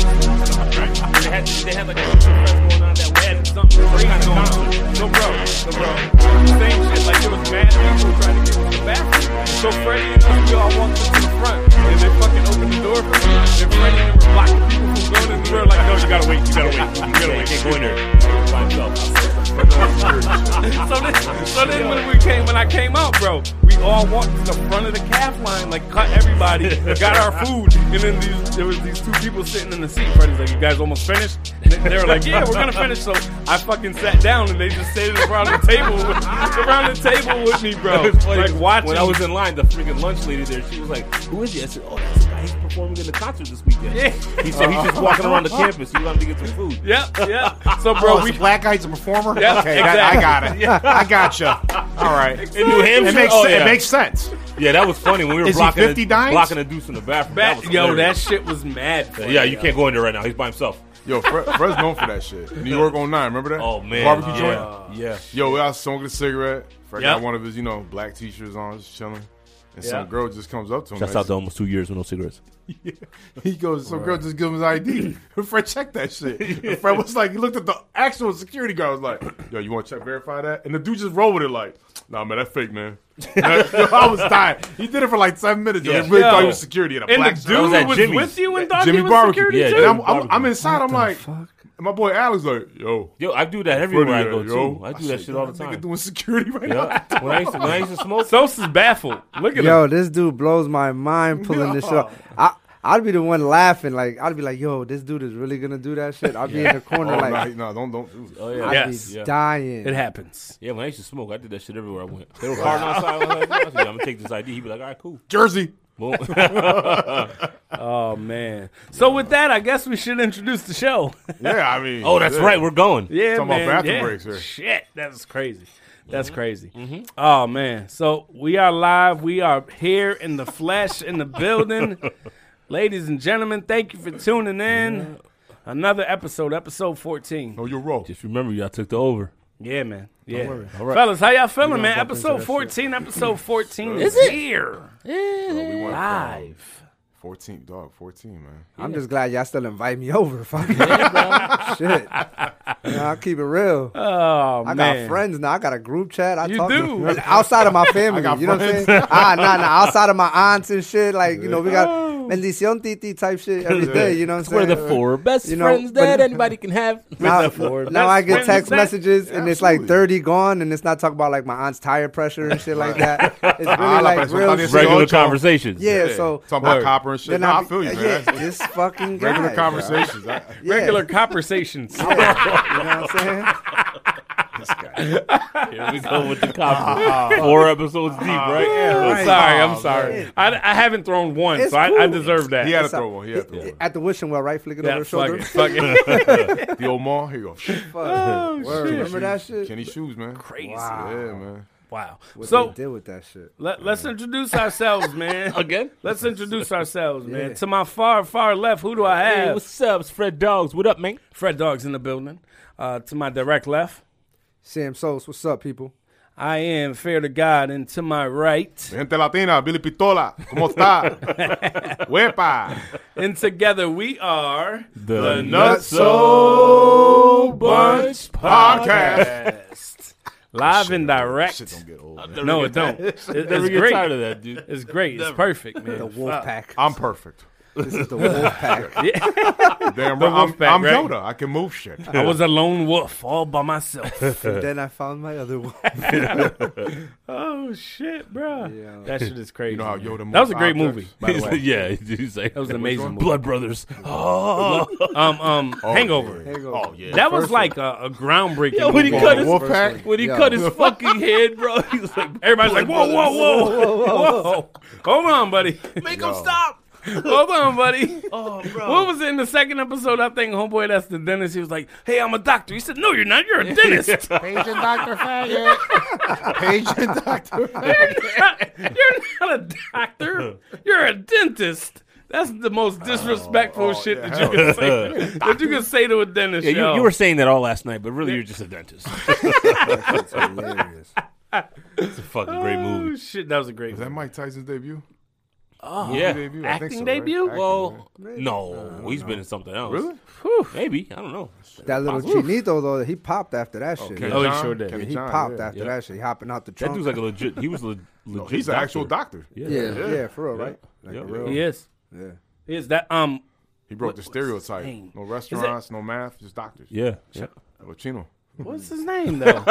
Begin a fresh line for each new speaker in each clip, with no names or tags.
They had, they had like a super fest going on that had something crazy going on. No bro, no bro. Same shit, like there was mad people trying to get into the bathroom. So Freddie and us, we all walked up to the front, and they fucking opened the door for us. And Freddie and them were blocking people from going in. We were like, no, you gotta wait, you gotta wait, you gotta wait. Can't go in there by himself. so then, so then when we came, when I came out, bro, we all walked to the front of the calf line, like cut everybody, got our food, and then these, there was these two people sitting in the seat. Freddie's like, "You guys almost finished?" And they were like, "Yeah, we're gonna finish." So I fucking sat down, and they just stayed around the table, with, around the table with me, bro.
It was funny.
Like watching.
When I was in line, the freaking lunch lady there, she was like, "Who is he?" I said, "Oh, that's the guy. He's performing in the concert this weekend."
Yeah.
He said he's just walking around the campus. He wanted to get some food.
Yep, yep. So,
Oh,
bro,
it's
we
a black guy's a performer.
Yeah,
okay, that- I got it.
exactly. Yeah.
I got gotcha. you. All right,
In New Hampshire,
it makes
oh,
se-
yeah.
it makes sense.
yeah, that was funny when we were
Is he
blocking
50
a,
dimes?
blocking a deuce in the bathroom.
That-
that was
yo, that
hilarious.
shit was mad. funny,
yeah, you
yo.
can't go in there right now. He's by himself.
Yo, Fre- Fred's known for that shit. New York on nine, remember that?
Oh man,
barbecue
yeah.
joint.
Yeah,
Yo, I was smoking a cigarette. Fred
Yep.
got one of his, you know, black t-shirts on, just chilling. And some
Yeah.
girl just comes up to him.
that's
man.
out to almost two years with no cigarettes.
He goes, some girl just give him his ID. Fred checked that shit. And Fred was like, he looked at the actual security guard. Was like, yo, you want to check verify that? And the dude just rolled with it like, nah, man, that fake, man. yo, I was dying. He did it for like seven minutes. Yeah.
Yeah.
They really
Yo.
thought he was security at a
And
black
the
shop.
was
dude
at
was
Jimmy's.
with you and thought he
Jimmy
was
Barbecue.
security
Yeah,
too.
And I'm, I'm,
Barbecue.
I'm inside. I'm like, and my boy Alex like, yo,
Yo, I do that everywhere I
Freddie,
go
yo.
too. I do that
said,
shit
yo,
all the
that Nigga
time.
doing security right now.
Yeah, when I used to, when I used to smoke,
Sos is baffled. Look at
Yo,
him.
this dude blows my mind pulling this shit off. I, I'd be the one laughing. Like, I'd be like, yo, this dude is really going to do that shit. I'd be in the corner,
Oh,
like,
nah, no, don't, don't do that.
oh yeah,
I'd
Yes.
be
Yeah.
dying.
It happens.
yeah, when I used to smoke, I did that shit everywhere I went. They were partying outside. I was like, I said, I'm gonna take this ID. He'd be like, all right, cool.
Jersey.
Boom.
Oh man. So with that, I guess we should introduce the show.
Yeah, I mean.
oh, that's
yeah.
right. We're going.
yeah,
Talking about
man.
bathroom
yeah.
breaks here.
Shit, that's crazy. That's
Mm-hmm.
crazy. Oh man. So we are live. We are here in the flesh in the building. Ladies and gentlemen, thank you for tuning in. Another episode, episode 14.
No, you're wrong.
Just remember, y'all took the over.
Yeah, man. Yeah. Fellas, how y'all feeling, man? Episode 14, episode 14 is here.
we went from
Live.
14, dog, 14, man.
I'm just glad y'all still invite me over. Fuck shit. Nah, I'll keep it real.
Oh,
I got
man.
friends now. I got a group chat. I
You
talk
do.
To, and outside of my family. you know what I'm saying? Ah, nah, nah. Outside of my aunts and shit. Like, you know, we got bendición titi type shit every day. You know what I'm
We're
saying?
the four best
You know,
friends
but-
that anybody can have.
now, now
That's
I get
friends.
text
That-
messages and it's
Absolutely.
like 30 gone and it's not talking about like my aunt's tire pressure and shit like that. It's really
Ah, la
like
presión
real
también
shit.
se-
Regular
Ocho.
conversations.
Yeah, so
Talking about
Word.
copper and shit.
Then
Nah, I
be-
feel you,
Yeah,
man.
this fucking guy.
Regular
bro.
conversations. I,
Yeah,
Regular conversations.
You know what I'm saying?
Here we go with the copy. Four episodes deep, right?
I'm
right.
sorry.
Oh,
I'm sorry.
man.
I, I haven't thrown one,
It's
so I, I
cool.
deserve that.
he had to
It's a-
throw one. He had to throw
I-
one.
At the wishing well, right? Flick it
Yeah,
over the
fuck
shoulder.
it. Fuck it.
The old mall. Here you go.
Fuck.
oh,
Word,
shit.
Remember that shit?
Kenny shoes, man.
Crazy.
Yeah, man.
Wow.
What
So
they did with that shit?
let, us introduce ourselves, man.
Again?
Let's introduce ourselves, man.
Yeah.
To my far, far left, who do I
Hey,
have?
what's up? It's Fred Dogs. What up, man?
Fred Dogs in the building. Uh, to my direct left,
Sam Souls, what's up, people?
I am Fair to God, and to my right,
Gente Latina, Billy Pitola. ¿Cómo está? Wepa.
and together we are
The
So
Bunch
Podcast.
Nutcast. Live and direct.
Shit don't get old. man.
No, it don't. It-
Never
it's
get
great.
tired of that, dude.
It's great. It's perfect, man.
The Wolf Pack.
I'm perfect.
This is the Wolf Pack.
Damn right. I'm,
wolf pack,
I'm
right?
Yoda. I can move shit.
I was a lone wolf all by myself.
and then I found my other one.
oh shit, bro.
Yeah.
That shit is crazy.
You know how
man.
Yoda moves
that was a great
objects,
movie.
By the way.
yeah, he's like,
That was an amazing movie.
Blood Brothers. Oh,
Um, um,
Oh,
Hangover.
yeah.
There you go.
Oh, yeah.
That was like a, a groundbreaking.
Yo, when he
movie.
cut his-
Wolf pack.
when he
Yo.
cut his fucking head, bro, he was like,
Everybody's like, whoa, whoa, whoa, whoa, whoa, Hold on, buddy.
make him stop.
Hold on, buddy.
Oh, bro.
What was it in the second episode? I think homeboy, that's the dentist. He was like, "Hey, I'm a doctor." He said, "No, you're not. You're a dentist.
Patient Dr. Faggot. Patient Dr. Faggot.
you're not a doctor. You're a dentist." That's the
Oh,
most disrespectful shit that you can say. that you can say to a dentist.
Yeah, you,
yo.
you were saying that all last night, but really you're just a dentist.
That's hilarious.
It's a fucking great
Oh
movie.
shit, that was a great.
Is that Mike Tyson's debut?
yeah.
Debut? I think
Acting
so, right?
debut?
Acting,
Oh,
right?
Well, Oh, no, he's been in something else.
Really?
Whew.
Maybe I don't know.
That little Chinito though, he popped after that shit.
Ken
Oh, he
John?
sure did.
Ken
Yeah, he
John,
popped
yeah. Oh,
after
Yeah.
that shit. He hopping out the
That
trunk.
dude's like a legit. He was a le- legit.
He's an actual doctor.
yeah, yeah, for real,
Yeah.
right? Like
Yeah.
a real,
He is.
yeah.
He is that um
He broke the
what's his
stereotype.
name?
No restaurants, no math, just doctors.
Yeah. yeah.
Well, Chino.
what's his name though?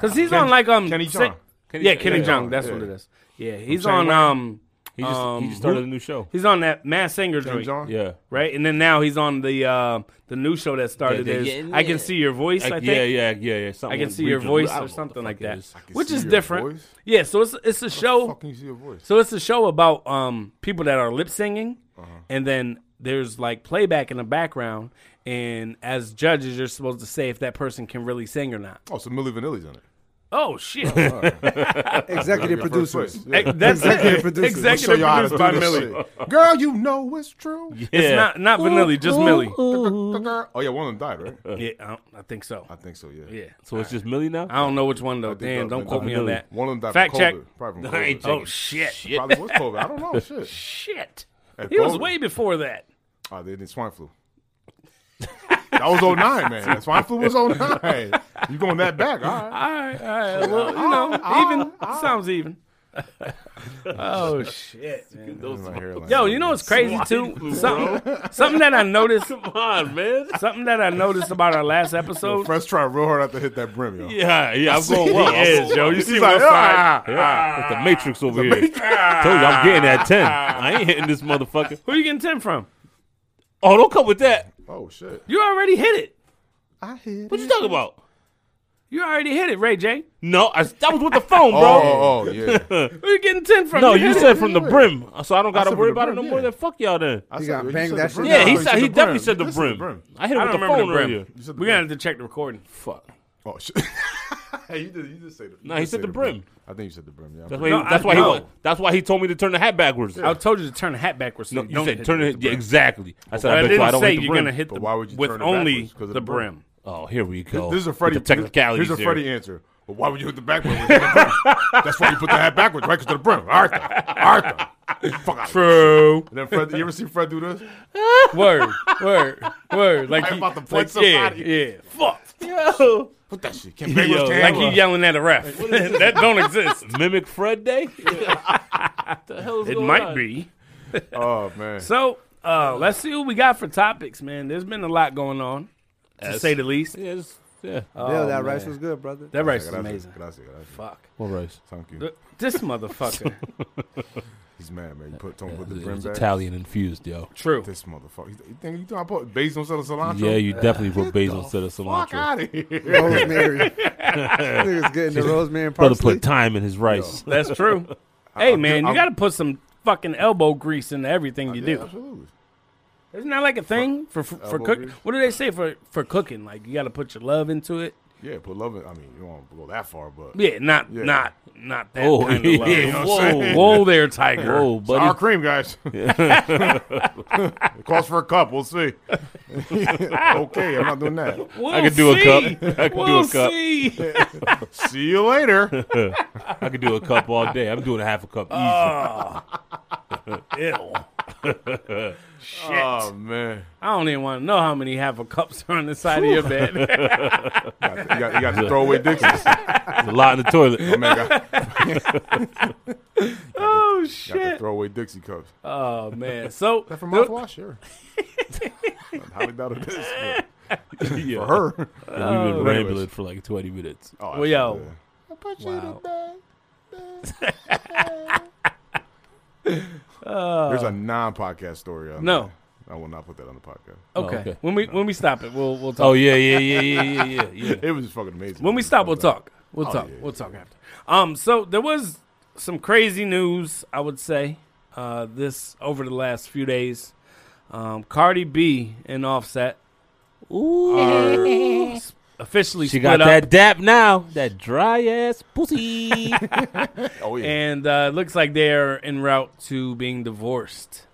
Cuz he's on like um
Kenny
Sa-
John.
Kenny-
yeah, Kenny
yeah.
Jong, that's
yeah.
what it is. Yeah, he's
Shane
on
Wayne.
um
He just
Um,
he just started a new show.
he's on that Mass Singer
Ken
joint,
John?
Yeah.
right? And then now he's on the uh, the new show that started
Yeah,
is
yeah, yeah.
I can see your voice, I
Like,
think.
yeah, yeah, yeah, yeah. Something
I can
with
see your
Regis-
voice
I don't know
or
what the
something
fuck
like
it
that.
is.
can
Which
see
is
your
different.
voice?
Yeah, so it's it's a show
Fucking see your voice.
So it's a show about um, people that are lip singing,
Uh-huh.
and then there's like playback in the background, and as judges, you're supposed to say if that person can really sing or not.
Oh, so Millie Vanilli's in it.
Oh shit!
Executive
Your first
producers.
choice. Yeah.
Ex- That's
Executive
it.
producer.
Show
Executive
you how to
produced
do this
by Millie.
shit. Girl, you know it's true.
It's not not Vanilli, just Millie.
Oh, yeah, one of them died, right?
Yeah, I, don't, I think so.
I think so, yeah.
Yeah,
So it's just Millie now.
I don't know which one though.
think
Damn,
that-
don't quote me on
Vanilli.
that.
One of them died
Fact
from
check.
COVID. Probably from
I ain't
COVID.
Oh shit! Shit!
Probably was COVID. I don't know. Shit. At
He was
COVID.
way before that.
Oh, they did swine flu. That was 09, man. Swine flu was 09. You going that back? All right.
All right, all right. Well, you know, even sounds even. oh shit! man.
My hairline.
Yo, you know what's crazy too? Something, something that I noticed.
Come on, man.
Something that I noticed about our last episode.
Fresh try real hard not to hit that brim, yo.
Yeah, yeah. I'm going well. I'm
is,
going
yo.
well.
You see
He's like,
one side.
ah,
Yeah, it's the Matrix over here. Told you I'm getting that ten. I ain't hitting this motherfucker.
Who you getting ten from?
Oh, don't come with that.
Oh, shit.
You already hit it.
I hit.
What you talking about?
You already hit it, Ray J.
No, I, that was with the phone,
Oh,
bro.
oh, oh, yeah.
Who you getting ten from?
No,
You
you
hit
said
it.
from the brim, so I don't gotta
said
worry
from the
about it no
brim,
more.
yeah.
Then fuck y'all then.
I
You
said-
gotta
you
bang
said
that
the brim.
Yeah,
shit No,
he
You
he
said he
the
definitely said the
You
brim. I hit
I don't
him with the
remember
phone
the
earlier.
brim.
You said the
We're gonna have to check the recording.
Fuck.
Oh, shit. Hey, you did, you did say the
No,
you
he
did
said
say
the brim.
I think you said the brim, yeah.
That's why.
No,
he, that's
I-
why
no.
he. wa- That's why he told me to turn the hat backwards.
I told you to turn the hat backwards. So
No,
don't
you said
hit
turn
with
it
the
yeah,
brim.
exactly. I said
But I
bet you I
didn't
don't
say
hit the
you're
brim.
gonna hit
But
the
why would you
with
turn it
only
backwards? 'Cause of
the
the
brim.
brim.
Oh, here we go.
This is a
With
Freddie.
The technicalities.
Here's a
here.
Freddie answer. Well, why would you hit the backwards? with the brim? That's why you put the hat backwards, right? Because to the brim. Arthur. Arthur. Fuck out of
True.
And then Fred, you ever see Fred do this?
Word. Word. Word. Like
I'm
he,
about to punch
like, yeah,
somebody.
yeah. Fuck.
Yo.
Put that shit. Can't bang
Yo,
with
like
Like
can.
he yelling at a ref. that don't exist.
Mimic Fred Day? What the hell is
It
going
might
on?
be.
Oh man.
So uh, let's see what we got for topics, man. There's been a lot going on, to
Yes.
say the least.
Yeah, it's, yeah.
Yeah, that rice was good, brother.
That rice is
Gracias,
amazing.
Gracias, gracias.
Fuck.
All right.
Thank you.
Th- This motherfucker.
He's mad, man. You put Tony with the
It
brim
was
back.
Italian infused, yo.
True.
This motherfucker. You think you think I put basil instead of cilantro?
Yeah, you definitely put
Get
basil instead of
Fuck
cilantro.
out of here.
Rosemary. Niggas getting the rosemary and
Brother
parsley.
put thyme in his rice.
That's true. hey, man, you
I'm-
got to put some fucking elbow grease into everything you
Yeah,
do.
absolutely.
Isn't that like a thing for for, for
elbow
cook?
grease?
What do they say for for cooking? Like you got to put your love into it.
Yeah, put love in. I mean, you don't want to go that far, but
Yeah, not
Yeah.
not not that
Oh,
kind of love.
yeah. Whoa.
Whoa there, Tiger.
Whoa,
sour
buddy.
cream, guys. it calls for a cup. We'll see. okay, I'm not doing that.
We'll
I could do a
see.
cup. I could do a
we'll
cup.
See.
See you later.
I could do a cup all day. I'm doing a half a cup. Easy.
Ah.
Ew.
oh man,
I don't even want to know how many half a cups are on the side of your bed.
you got, you got, you got to throw away Dixie's.
There's a lot in the toilet.
Man, got, got
oh
to
shit!
throw away Dixie cups.
Oh man. So
That for mouthwash, sure. How doubt it is.
Yeah.
but For her. Oh,
We've been
Anyways.
rambling for like 20 minutes.
Oh,
Well, yo.
yeah.
wow.
There's a non-podcast story. On
Oh. No.
that. I will not put that on the podcast.
Okay.
Oh, okay.
When we when we stop it, we'll we'll talk.
Oh, yeah, yeah, yeah, yeah, yeah, yeah. yeah.
It was fucking amazing.
When we stop, we'll talk. We'll
Oh,
talk.
yeah,
we'll talk after. Um. So there was some crazy news. I would say. uh, this over the last few days. Um, Cardi B and Offset are s- officially
She
split
got
up,
that dap now. That dry ass pussy.
Oh yeah.
and uh, it looks like they're en route to being divorced.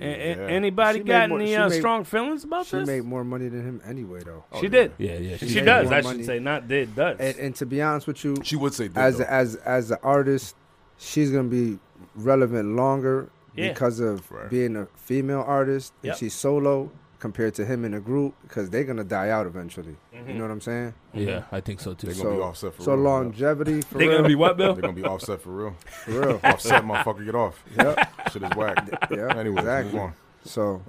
A- a-
Yeah.
anybody
She made
got
more-
any
she
uh,
made-
strong feelings about
She
this?
made more money than him anyway, though.
she did.
yeah, yeah.
She,
She,
made
does.
more
I should
money.
say, not did does.
And, and to be honest with you,
She would say did,
as
though.
as as an artist, she's gonna be relevant longer
Yeah.
because of
Right.
being a female artist
Yep.
and she's solo compared to him in a group because they're gonna die out eventually.
Mm-hmm.
You know what I'm saying?
yeah, I think so too.
They gonna be
So
offset for
so
real.
longevity for
They're
real.
gonna be what,
They're
Bill?
gonna be offset for real.
for real.
offset, motherfucker, get off.
Yep.
Shit is whack.
Yep,
Anyway,
exactly.
move on.
So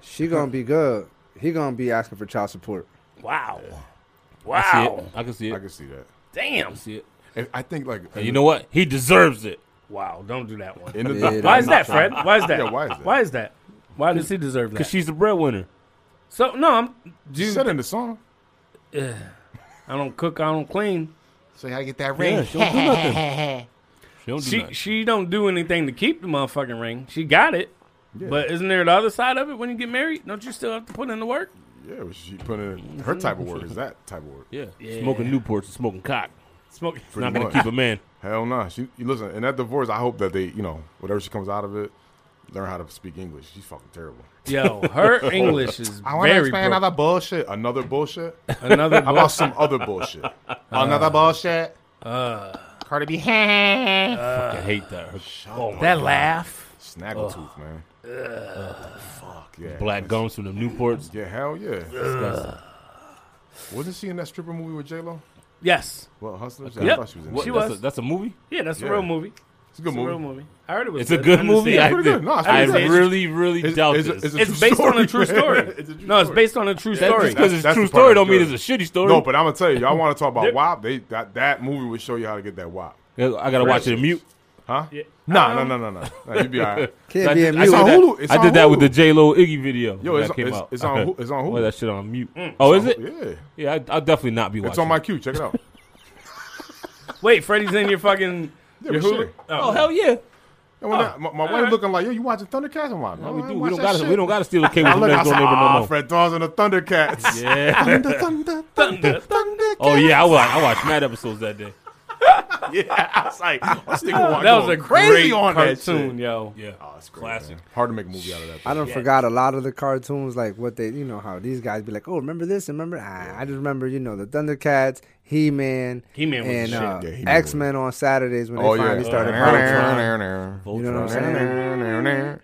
she gonna be good. He gonna be asking for child support.
wow.
I see
Wow.
it. I can see it.
I
I
can see that.
Damn.
can see it.
And I think like
And you know what? He deserves it.
Wow. Don't do that one.
in the
Yeah,
Why is
I'm
that,
not
Fred? Why is that?
Yeah, why is that?
Why is that? Why does he deserve that?
Because she's the breadwinner.
so no, I'm
you
dude.
said in the song.
I don't cook. I don't clean.
So how you get that
Yeah, she don't do nothing. She don't do
She
nothing.
she don't do anything to keep the motherfucking ring. She got it, but isn't there the other side of it when you get married? Don't you still have to put in the work?
Yeah, but she put in her type of work. Is that type of work?
Yeah.
Yeah.
Smoking Newports and smoking cock.
Smoke.
Pretty
Not going
much.
to keep a man.
Hell no. She you listen. In that divorce, I hope that they, you know, whatever she comes out of it, learn how to speak English. She's fucking terrible.
Yo, her English is very broken. Another,
bullshit. Another bullshit.
another
How about some other bullshit? Oh, another bullshit. Uh, Cardi B.
I hate that. Her
Oh
that laugh.
Snaggletooth, man. Fuck yeah.
black gums from the Newports.
Yeah, hell yeah. Wasn't she in that stripper movie with J Lo?
Yes.
Well, Hustlers.
Yep.
I thought she was in.
What,
that.
She
that's
was.
A, that's a movie.
Yeah, that's a
Yeah.
real movie.
It's a good
It's a
movie.
real movie. I heard it was.
It's a good
I didn't see
movie.
it.
I,
Pretty good.
did-
No, it's
I
pretty good.
really, really
It's-
doubt
it's a-
this.
it's a
It's
true
based on
story.
a true story.
a true
no, it's
story.
based on a true story.
because it's a
That's
true
the part
story don't
that's
mean it's
good.
a shitty story.
No, but I'm gonna tell you, y'all want to talk
They're-
about WAP? They that that movie would show you how to get that WAP,
I gotta watch it in mute.
huh?
Yeah.
Nah, no, no, no, no, no. You be alright.
Can't
I
be
did,
a
I
mute.
did
on
that-
Hulu. It's
I
on
did that with
Hulu.
the J Lo Iggy video.
Yo,
when
it's,
that came
it's,
out.
it's on Hulu- it's on
Well,
Hulu.
that shit on mute. Oh, is it?
Yeah,
Yeah, I, I'll definitely not be watching.
it's on my queue. Check it out.
Wait, Freddy's in your fucking.
Yeah,
your
for
Hulu?
sure.
Oh hell yeah!
And when I- my my wife looking like, yo, you watching Thundercats? I'm like,
No,
no, I
we do.
ain't
We
watch
don't
that
got to.
shit.
We don't got to steal the cable
I
from
look, I
next
said,
door neighbor
ah,
no more.
Fred Dawes and the Thundercats.
Yeah.
Thunder, thunder, thunder, Thundercats.
Oh yeah, I watched, I watched mad episodes that day.
yeah. I was like, this nigga wa-
That was a
going
crazy
crazy
great
on that
cartoon,
shit.
yo.
Yeah,
Oh, it's great,
classic.
man. Hard to make a movie out of that.
I don't forgot a lot of the cartoons, like what they, you know, how these guys be like, oh, remember this, and remember, ah, I just remember, you know, the Thundercats, He Man,
He-Man was the
and
shit. Uh-huh.
uh,
Yeah, He-Man was-
X Men on Saturdays when
Oh
they
yeah.
finally started.
Voltron.
you know what I'm
Voltron.
saying?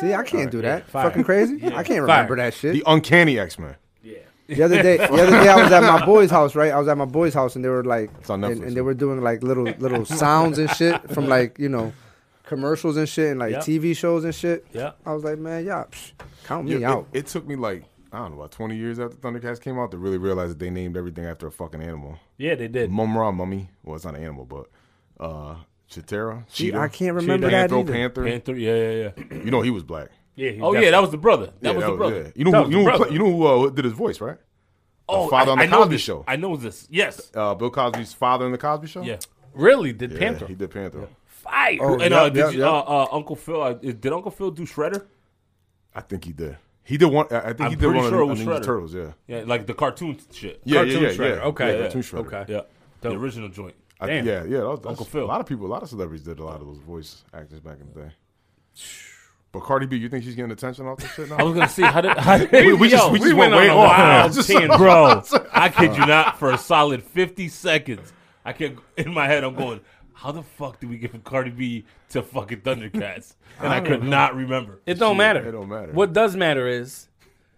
See, I can't do that. Fucking crazy. I can't remember that shit.
The Uncanny X Men.
The other day, the other day, I was at my boy's house, right? I was at my boy's house, and they were like,
on Netflix,
and, and they
yeah.
were doing like little little sounds and shit from like you know, commercials and shit, and like
Yep.
TV shows and shit.
Yep.
I was like, man, y'all, psh, count me
It,
out.
it took me like I don't know about twenty years after Thundercats came out to really realize that they named everything after a fucking animal.
Yeah, they did.
Mumra, mummy. Well, it's not an animal, but uh, Chitara,
Gee,
cheetah,
I can't remember
Panthro,
that either.
Panther.
Panther. Yeah, yeah, yeah.
You know he was black.
Yeah. he
Oh
definitely-
yeah, that was the brother. That
Yeah,
was the brother.
yeah. You know,
That
who,
was
you know, who,
the brother.
play- you know who uh, did his voice, right?
Oh,
father
I,
on the
I know
Cosby
this.
Show.
I know this. Yes.
Uh, Bill Cosby's father in the Cosby
Oh.
Show.
Yeah.
Really? Did
Yeah,
Panther
He did Panther.
fire?
Oh,
And uh,
yep,
did
yep,
you,
yep.
Uh, uh, Uncle Phil? Uh, did Uncle Phil do Shredder?
I think he did. He did one. I I think
I'm
he did
pretty
one
sure
of
it was
the Ninja
Shredder.
Turtles. Yeah.
Yeah, like the cartoon shit.
Yeah,
Cartoon
yeah, yeah,
Shredder.
yeah.
Okay.
Yeah,
Yeah.
Cartoon Shredder.
Okay.
Yeah, the original joint.
I,
Damn.
Yeah, yeah. That was, that's,
Uncle
A
Phil.
lot of people, a lot of celebrities did a lot of those voice actors back in the day. But Cardi B, you think she's getting attention off this shit
I
now?
was gonna see how did how did
we, we just we just went, way
on a
off.
wild
Just-
tangent.
bro. I kid you not. For a solid fifty seconds, I can in my head I'm going, how the fuck did we get from Cardi B to fucking Thundercats? And I, could not remember.
It don't matter.
it don't matter.
What does matter is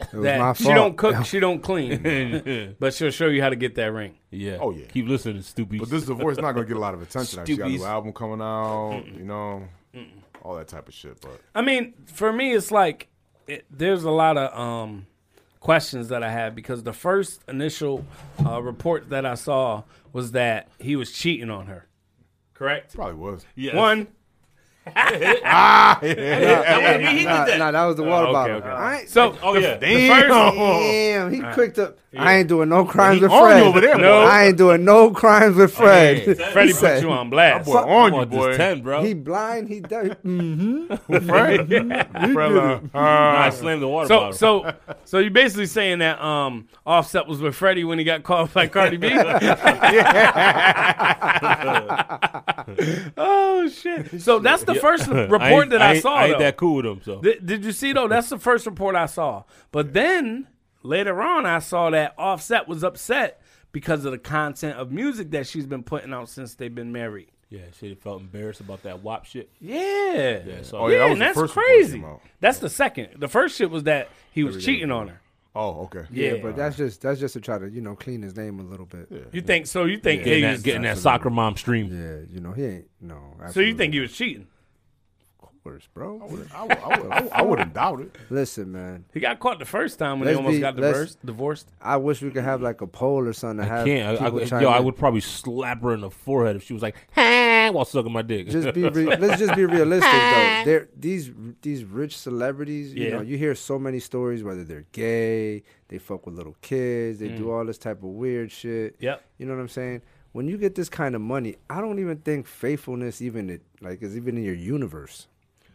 It was my
that
fault.
she don't cook, she don't clean,
yeah.
but she'll show you how to get that ring.
Oh, yeah.
Keep listening, stupid.
but this divorce not gonna get a lot of attention. Like, She got a new
Stoopies. album
album coming out, you know, all that type of shit. But
I mean, for me, it's like it, there's a lot of um, questions that I have because the first initial uh, report that I saw was that he was cheating on her. Correct.
probably was.
Yes.
One,
ah, yeah.
That wasn't me, he
Nah,
did
nah,
that.
that was the water
okay,
bottle.
okay.
All right.
So,
Oh yeah.
Damn.
Damn, he quicked up. I ain't doing no crimes with
on you
Fred.
over there,
No. boy.
I ain't doing no crimes with Fred.
Hey,
Freddie
He
put
said,
you on blast.
Boy, on
Come
you,
on, just
boy.
ten, bro.
He blind. He Mm, dumb.
Fred. Fred, uh,
Nah, I
uh,
slammed the water
So
bottle.
so so you're basically saying that um Offset was with Freddie when he got called by Cardi B. oh shit! So that's the first report
ain't-
that I,
ain't-
saw.
I ain't
though.
that cool with him. So
Did, did you see though? That's the first report I saw. But then later on, I saw that Offset was upset because of the content of music that she's been putting out since they've been married.
yeah, she felt embarrassed about that WAP shit.
Yeah, yeah,
so-
Oh, yeah, that was
and
the
that's
first report that
crazy.
came out.
That's the second. The first shit was that he was cheating on her.
oh, okay.
Yeah,
But that's just that's just to try to you know clean his name a little bit. Yeah,
you think so? You think
Getting,
he
that,
was
getting that soccer mom stream.
you know he ain't no.
So you think he was cheating?
worse, bro?
I, would, I, would, I, would, I wouldn't doubt it.
Listen, man.
He got caught the first time when he
Let's
almost
be-
got
let's-
divorced. Divorced.
I wish we could have like a poll or something. To have
Can't. I, I,
people
yo,
chime
I
in.
would probably slap her in the forehead if she was like, "Ha!" while sucking my dick.
Just be re- let's just be realistic though. They're, these these rich celebrities, you
Yeah.
know, you hear so many stories. Whether they're gay, they fuck with little kids, they
Mm.
do all this type of weird shit.
Yep.
You know what I'm saying? When you get this kind of money, I don't even think faithfulness even it like is even in your universe.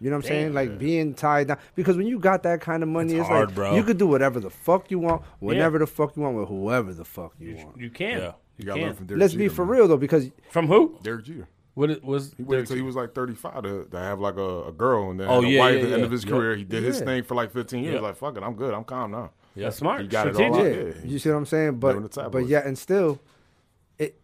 You know what I'm saying? Like being tied down because when you got that kind of money, it's,
hard,
like
bro.
you could do whatever the fuck you want, whenever the fuck you want, with whoever the fuck you want.
You can.
Yeah.
You
You
got to learn
can.
from Derek
Let's
Jeter,
be for
man.
real though, because
From who?
Derek Jeter.
What it was?
He waited until he was like 35 to, to have like a, a girl and then
Oh,
had a
yeah,
wife
yeah,
at the
yeah.
end of his career. He did his
Yeah.
thing for like 15 years.
Yeah.
Like, fuck it, I'm good. I'm calm now.
That's smart.
He got it all
Strategic.
out.
Yeah,
Yeah.
you see what I'm saying?
on the
But
tabloids.
but yeah, and still, it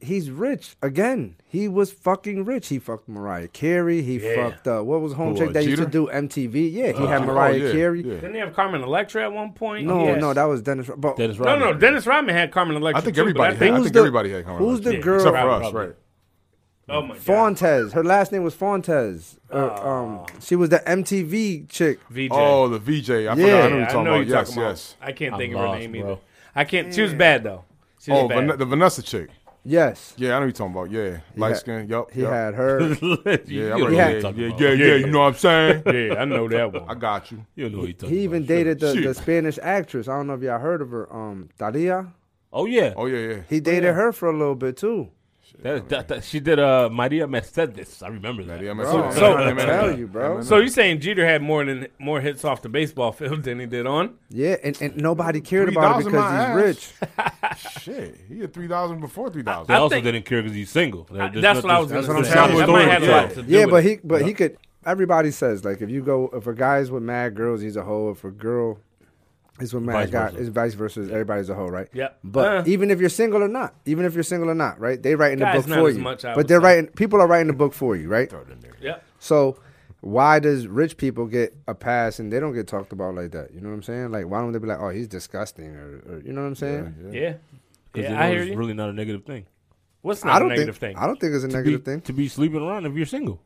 he's rich again. He was fucking rich. He fucked Mariah Carey. He fucked uh, what was home
Who,
chick
uh,
that used to
Jeter?
do MTV? Yeah, he had
Oh,
Mariah
yeah,
Carey.
yeah.
Didn't they have Carmen Electra at one point?
No,
Yes.
no, that was Dennis. Ro- But
Dennis
No,
Rodman.
no, Dennis Rodman had Carmen Electra.
I think
too,
everybody
but
had. I
who's
think
the-
everybody had. Carmen
who's the
Electra.
girl-
Except for us,
Probably.
right?
Oh my god.
Fontes. Her last name was Fontes. Or, um, she was the MTV chick.
VJ.
Oh, the VJ. I forgot.
Yeah,
I know
Yeah,
you're talking
who
about.
you're
Yes, yes.
I can't
I'm
think of her
lost,
name
bro.
either. I can't. She was bad though. She was
Oh,
bad.
Van- the Vanessa chick.
Yes,
Yeah, I know you're talking about. Yeah, light skin. Yup.
he
yup.
had her.
you,
Yeah, I
you know
read-
what
had-
you're
yeah,
talking
yeah,
about.
yeah, yeah. You know what I'm saying?
yeah, I know that
I
one.
got you.
You know what you're talking
He even
about.
dated the,
Shoot.
the Spanish actress. I don't know if y'all heard of her. Um, Dalia.
Oh yeah.
Oh yeah, yeah.
He dated her for a little bit too.
That, that, that, she did uh, Maria Mercedes. I remember that.
Yeah,
Oh,
Bro,
man.
I'm
so-
trying to tell you, bro.
So you saying Jeter had more than more hits off the baseball field than he did on?
Yeah, and, and nobody cared
Three
about
dollars
it
in
because he's
my
rich.
Shit, he had three thousand before three
They
thousand.
I-
also
think-
didn't care because he's single. There- there's
That's what I was
nothing-
going
that's
to say.
what I'm saying.
That might have a lot
Yeah.
to do
Yeah,
with
but
it.
he but he could. Everybody says like if you go if a guy's with mad girls, he's a hoe. If a girl is with
Vice
mad guy,
versa.
it's vice versa. Everybody's a hoe, right?
Yep.
But
Uh.
even if you're single or not, even if you're single or not, right? They write in the
Guys,
book
not
for
as
you.
much, I
but
would
they're
say.
writing. People are writing the book for you, right?
Yep.
So why does rich people get a pass and they don't get talked about like that? You know what I'm saying? Like why don't they be like, oh, he's disgusting, or, or you know what I'm saying?
Yeah.
'cause they
Yeah,
know
I hear
it's
you.
really not a negative thing.
What's
I
not a
don't
negative
think
thing?
I don't think it's a
Be-
negative thing.
To be sleeping around if you're single.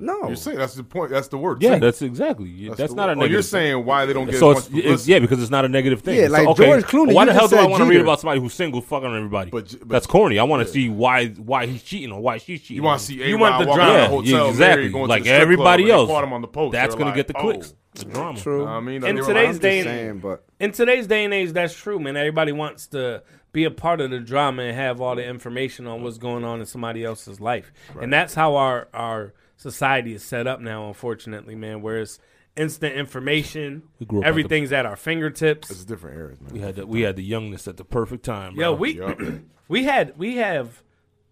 No.
you're saying that's the point. That's the word.
Yeah,
single.
that's exactly. That's,
the
not
word.
a
Oh,
negative.
you're
thing.
saying why they don't get
so
as
it's,
much
it's
publicity.
yeah because it's not a negative thing.
Yeah,
So,
like
okay,
George Clooney,
Why
you
the hell
just
do I
said
want to read
Jeter.
about somebody who's single fucking everybody?
But- but-
that's corny. I want to see why why he's cheating or why she's cheating.
You want to see
You
A-Rod
want the
walking out
drama.
of the hotel,
yeah, exactly.
Mary going
like
to the strip
everybody
club, and they
else.
caught him on the post.
That's
They're
gonna
like,
get the
oh.
clicks. The drama.
True.
I mean,
In
they were
today's
like,
day and-
saying, but
in today's day and age, that's true, man. Everybody wants to be a part of the drama and have all the information on what's going on in somebody else's life, and that's how our our society is set up now. Unfortunately, man, where it's instant information,
grew up at the-
everything's at our fingertips.
It's different eras,
We
man.
had the, we had the youngness at the perfect time.
Yo,
Bro.
we
Yup.
we had we have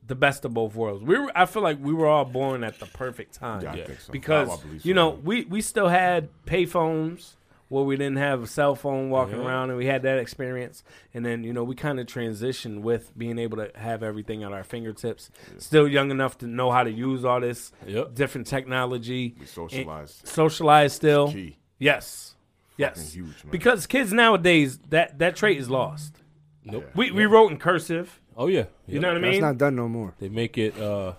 the best of both worlds. We were, I feel like we were all born at the perfect time.
Yeah, I think so.
Because
I- I believe so,
you know,
man.
we we still had payphones where we didn't have a cell phone walking around and we had that experience and then you know we kind of transitioned with being able to have everything at our fingertips still young enough to know how to use all this
Yep.
different technology we
socialized.
socialized still
key.
yes yes
huge, man.
because kids nowadays that that trait is lost
Nope.
we, we wrote in cursive.
Oh yeah.
You know what I
it's
mean?
not done no more.
They make it uh,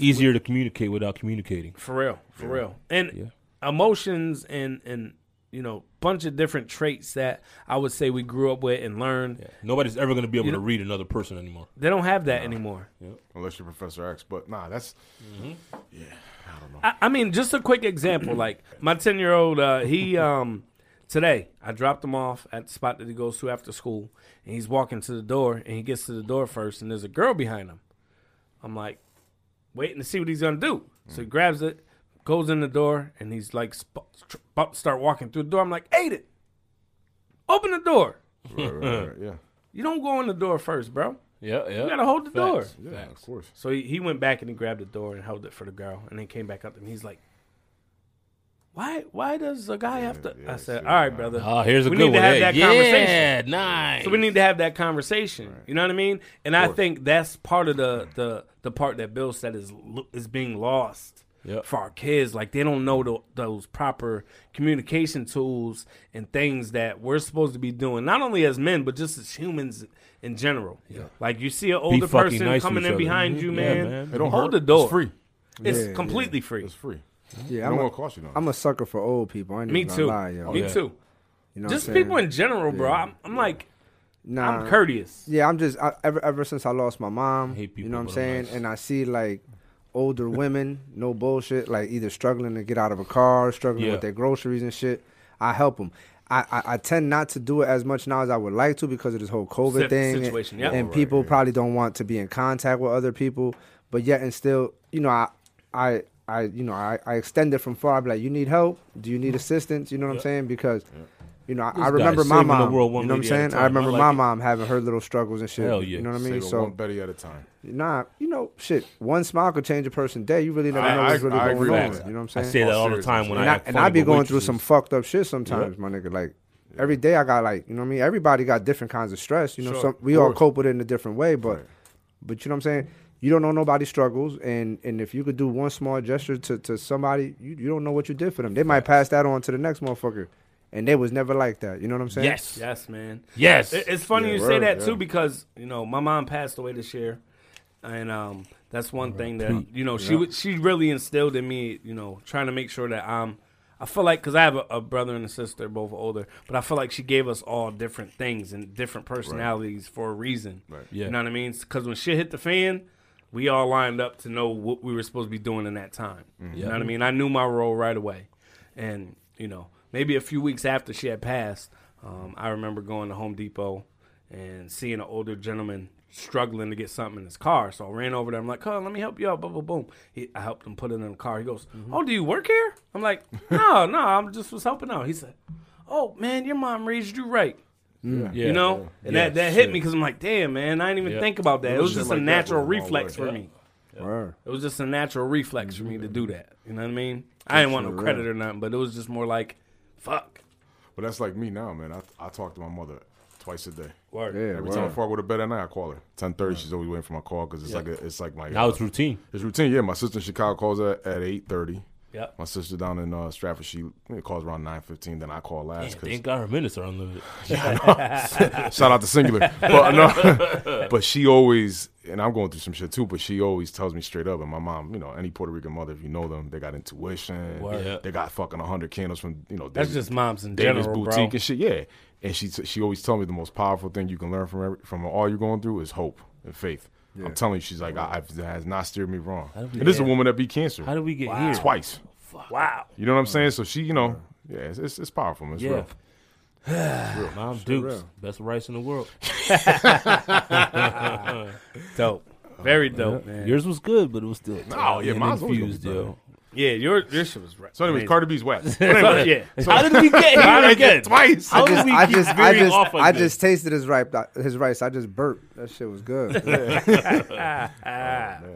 easier to communicate without communicating.
for real, for real. And emotions and and you know, bunch of different traits that I would say we grew up with and learned.
Nobody's ever going to be able
You
to
know-
read another person anymore.
They don't have that anymore.
Unless you're Professor X, but nah, that's
I, I mean, just a quick example. Like my ten year old, uh, he um, today I dropped him off at the spot that he goes to after school, and he's walking to the door, and he gets to the door first, and there's a girl behind him. I'm like waiting to see what he's gonna do. So he grabs it, goes in the door, and he's like sp- tr- about to start walking through the door. I'm like, ate it. Open the door.
Right, right, right, yeah.
You don't go in the door first, bro.
Yeah, yeah.
You gotta hold the door.
Facts,
Yeah,
facts.
of course.
So he, he went back and he grabbed the door and held it for the girl, and then came back up and he's like, "Why? Why does a guy have to?" I said, "All right, brother.
Oh, here's a
We need
good
to
one.
have
Hey,
that
yeah,
conversation.
nice.
So we need to have that conversation. You know what I mean? And I think that's part of the the the part that Bill said is lo- is being lost
Yep.
for our kids. Like they don't know the, those proper communication tools and things that we're supposed to be doing, not only as men but just as humans in general. Like you see an older
fucking
person
nice to
coming
each
in
other. Mm-hmm.
behind you,
Yeah,
man.
man. It
It don't hurt.
hold the door.
It's free.
It's
Yeah,
completely free.
It's free. It
Yeah, I'm
don't
a,
gonna cost you nothing.
I'm a sucker for old people. I ain't
Me
even
too.
Gonna lie, yo.
Me
yeah.
too.
You know what
Just
I'm saying?
people in general, bro. I'm, I'm like,
Nah.
I'm courteous.
Yeah, I'm just I, ever ever since I lost my mom,
hate
you
people
know what I'm
that are
saying?
nice.
And I see like older women, no bullshit, like either struggling to get out of a car, struggling
Yeah.
with their groceries and shit. I help them. I, I, I tend not to do it as much now as I would like to because of this whole COVID
Sit-
thing, and-
situation, yeah.
and, people probably don't want to be in contact with other people. But yet and still, you know, I I I you know I, I extend it from far. I'm like, you need help? Do you need assistance? You know what I'm saying? Because you know, I, I
guy
remember my
saving the
mom.
world one
you know what I'm
lady at a
saying? I
time. I
remember
like
my
it.
mom having her little struggles and shit.
Hell yeah.
You know what I
Save
mean?
it
So
one Betty at a time.
nah, you know, shit. One smile could change a person's day. You really never
I-
know
I-
what's really
I
going
agree
on.
with that.
You know what
I
I'm
say
saying?
that
Oh,
all the
seriously.
time when
and
I
I,
act
and
funny
I be
with
going through
waitresses.
some fucked up shit sometimes, my nigga. Like every day I got like, you know what I mean? Everybody got different kinds of stress. You know, some we all cope with it in a different way, but but you know what I'm saying? You don't know nobody's struggles, and, and if you could do one small gesture to, to somebody, you, you don't know what you did for them. They might pass that on to the next motherfucker, and they was never like that. You know what I'm saying?
Yes.
Yes, man.
Yes.
It- It's funny
Yeah,
you say
word,
that
yeah.
too because you know my mom passed away this year, and um, that's one thing that you know she would she really instilled in me. You know, trying to make sure that I'm. I feel like because I have a, a brother and a sister, both older, but I feel like she gave us all different things and different personalities for a reason.
Right.
Yeah.
You know what I mean? Because when shit hit the fan, we all lined up to know what we were supposed to be doing in that time. You know what I mean? I knew my role right away. And, you know, maybe a few weeks after she had passed, um, I remember going to Home Depot and seeing an older gentleman struggling to get something in his car. So I ran over there. I'm like, oh, let me help you out. Boom, boom, boom. He, I helped him put it in the car. He goes, oh, do you work here? I'm like, no, no, I'm just was helping out. He said, oh, man, your mom raised you right.
Yeah.
You know, and
Yeah,
that, that hit
shit.
me because I'm like, damn, man, I didn't even
Yeah.
think about that. It was
shit
just
like
a
that
natural
goes a long
reflex
way.
for me.
Word.
It was just a natural reflex for me to do that. You know what I mean? I didn't want no credit or nothing, but it was just more like, fuck.
But that's like me now, man. I I talk to my mother twice a day.
Word.
Yeah,
Every
word.
time I fall go to bed at night, I call her. Ten thirty, she's always waiting for my call because it's like a, it's like my
now it's routine.
It's routine. Yeah, my sister in Chicago calls her at eight thirty.
Yep.
My sister down in uh, Stratford, she calls around nine fifteen. Then I call last. because
Thank God our minutes are unlimited.
Shout out to Singular. But no, but she always, and I'm going through some shit too. But she always tells me straight up. And my mom, you know, any Puerto Rican mother, if you know them, they got intuition.
Word. Yeah.
They got fucking hundred candles from you know.
That's
David-
just moms in
Davis
general,
boutique
bro.
and shit. Yeah, and she she always told me the most powerful thing you can learn from every, from all you're going through is hope and faith. I'm telling you, she's like, I, I've, that has not steered me wrong. And this is a woman that beat cancer
How do we get here?
twice.
Wow.
You know what I'm saying? So she, you know, yeah, it's it's, it's powerful. man. It's
Yeah.
real.
Mom Dukes, best rice in the world.
Dope. Very dope, man.
Yours was good, but it was still
No, yeah,
Italian
mine's always gonna be
infused,
better.
yo.
yeah, your, your shit was right.
So, anyways,
Amazing.
Cardi B's whack.
But yeah.
How did we get here again?
Twice.
How did
Just-
we
I
keep
just, I
veering
just,
off on
I
this?
just tasted his ripe, uh, his rice. I just burped. That shit was good.
Ah,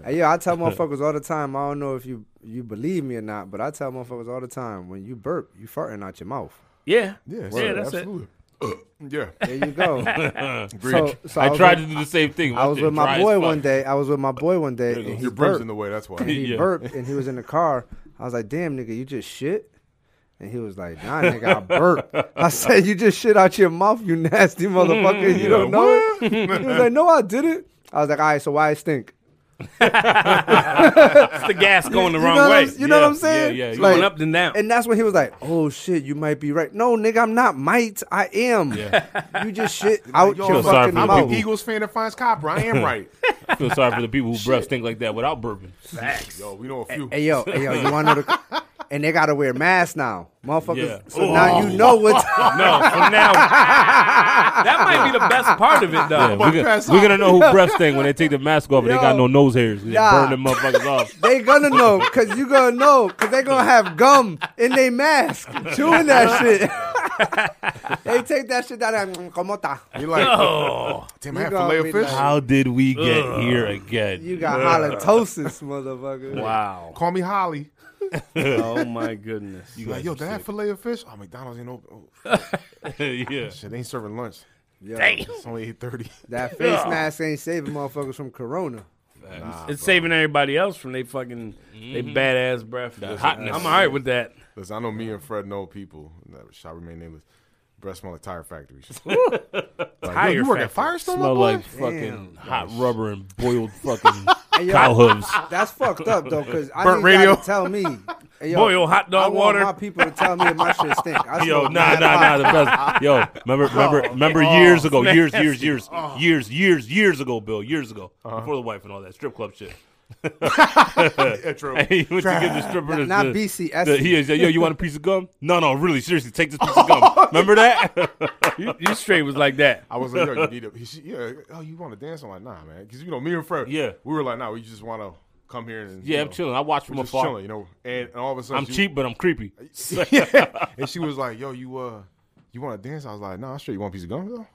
Hey, yo, I tell motherfuckers all the time. I don't know if you you believe me or not, but I tell motherfuckers all the time when you burp, you farting out your mouth.
Yeah.
Yeah,
yeah, that's it.
absolutely. yeah,
There you go. so,
Agreed.
so
I
was
tried
with-
to do the same thing.
I was
shit
with
dry
my
as
boy
fuck.
one day. I was with my boy one day, and he
your breath's in
burped.
the way. That's why.
And he
Yeah.
burped, and he was in the car. I was like, "Damn, nigga, you just shit." And he was like, "Nah, nigga, I burped." I said, "You just shit out your mouth, you
Hmm.
nasty motherfucker. You don't know it." He was like, "No, I did it." I was like, "All right, so why it stink?"
It's the gas going the
You
wrong
know what
way.
I'm- you know what I'm
Yeah,
saying?
yeah, yeah. You
Like,
Going up and down.
And that's when he was like, "Oh shit, you might be right." No, nigga, I'm not. Might I am. You just shit out
feel
your
sorry
fucking
for the
I'm
mouth.
an Eagles fan that finds copper. I am right.
I feel sorry for the people who breath stink like that without burping.
Facts.
Yo, we know a few.
Hey yo, hey yo, you want to know the? And they gotta wear masks now, motherfuckers.
Yeah. Oh.
So now you know what.
No, from now that might be the best part of it
Yeah,
though.
we're, gonna,
pass
we're
out.
gonna know who breath stink when they take the mask off and they got
Yo.
no nose hairs. They
Nah.
burn them motherfuckers off.
They gonna know, cause you gonna know, cause they gonna have gum in their mask, chewing that shit. they take that shit down and "Mm, comota.
You like,
Oh.
damn, I have filet of
You
fish.
got me
How did we get here again?
You got halitosis, motherfucker.
Wow.
Call me Holly.
Oh my goodness.
You like, yo, did I have filet of fish? Oh, McDonald's ain't open. Oh,
yeah.
shit, they ain't serving lunch.
Yo,
It's only 8.30.
That face mask ain't saving motherfuckers from corona.
It's saving everybody else from they fucking they badass breath.
hotness.
I'm all right with that.
Listen, I know me and Fred know people that shall remain nameless. Breast smell like tire factories.
Tire
like, yo, you work at
factory.
Firestone, my
Smell
boy?
like fucking hot rubber and boiled fucking
Hey, yo,
cow hooves.
That's fucked up though, cause I
Burnt
need y'all
radio.
to tell me. Hey, yo,
Boil hot
I
dog
want
water.
my people to tell me if my shit stink. I
Yo,
smoke
nah,
mad
nah, nah.
pot.
The best. Yo, remember, remember,
Oh,
remember years ago, years, years, years, years, years, years ago, Bill, years ago,
Uh-huh.
before the wife and all that strip club shit.
Yeah, true.
Hey, he went to give the stripper. the-
Not- not BCS.
the- He is. Yo, you want a piece of gum? No, no, really, seriously, take this piece of gum. Remember that?
You, you straight was like that.
I was like, yo, you need a, he, she, yeah, oh, you want to dance? I'm like, nah, man. Because, you know, me and Fred,
Yeah.
we were like, nah, we just want to come here and,
Yeah,
you
I'm
know,
chilling. I watch from
we're just
afar.
chilling, you know. And, and all of a sudden,
I'm
she-
cheap, but I'm creepy.
yeah. And she was like, "Yo, you uh, you want to dance?" I was like, "No, nah, I'm straight. You want a piece of gum though?"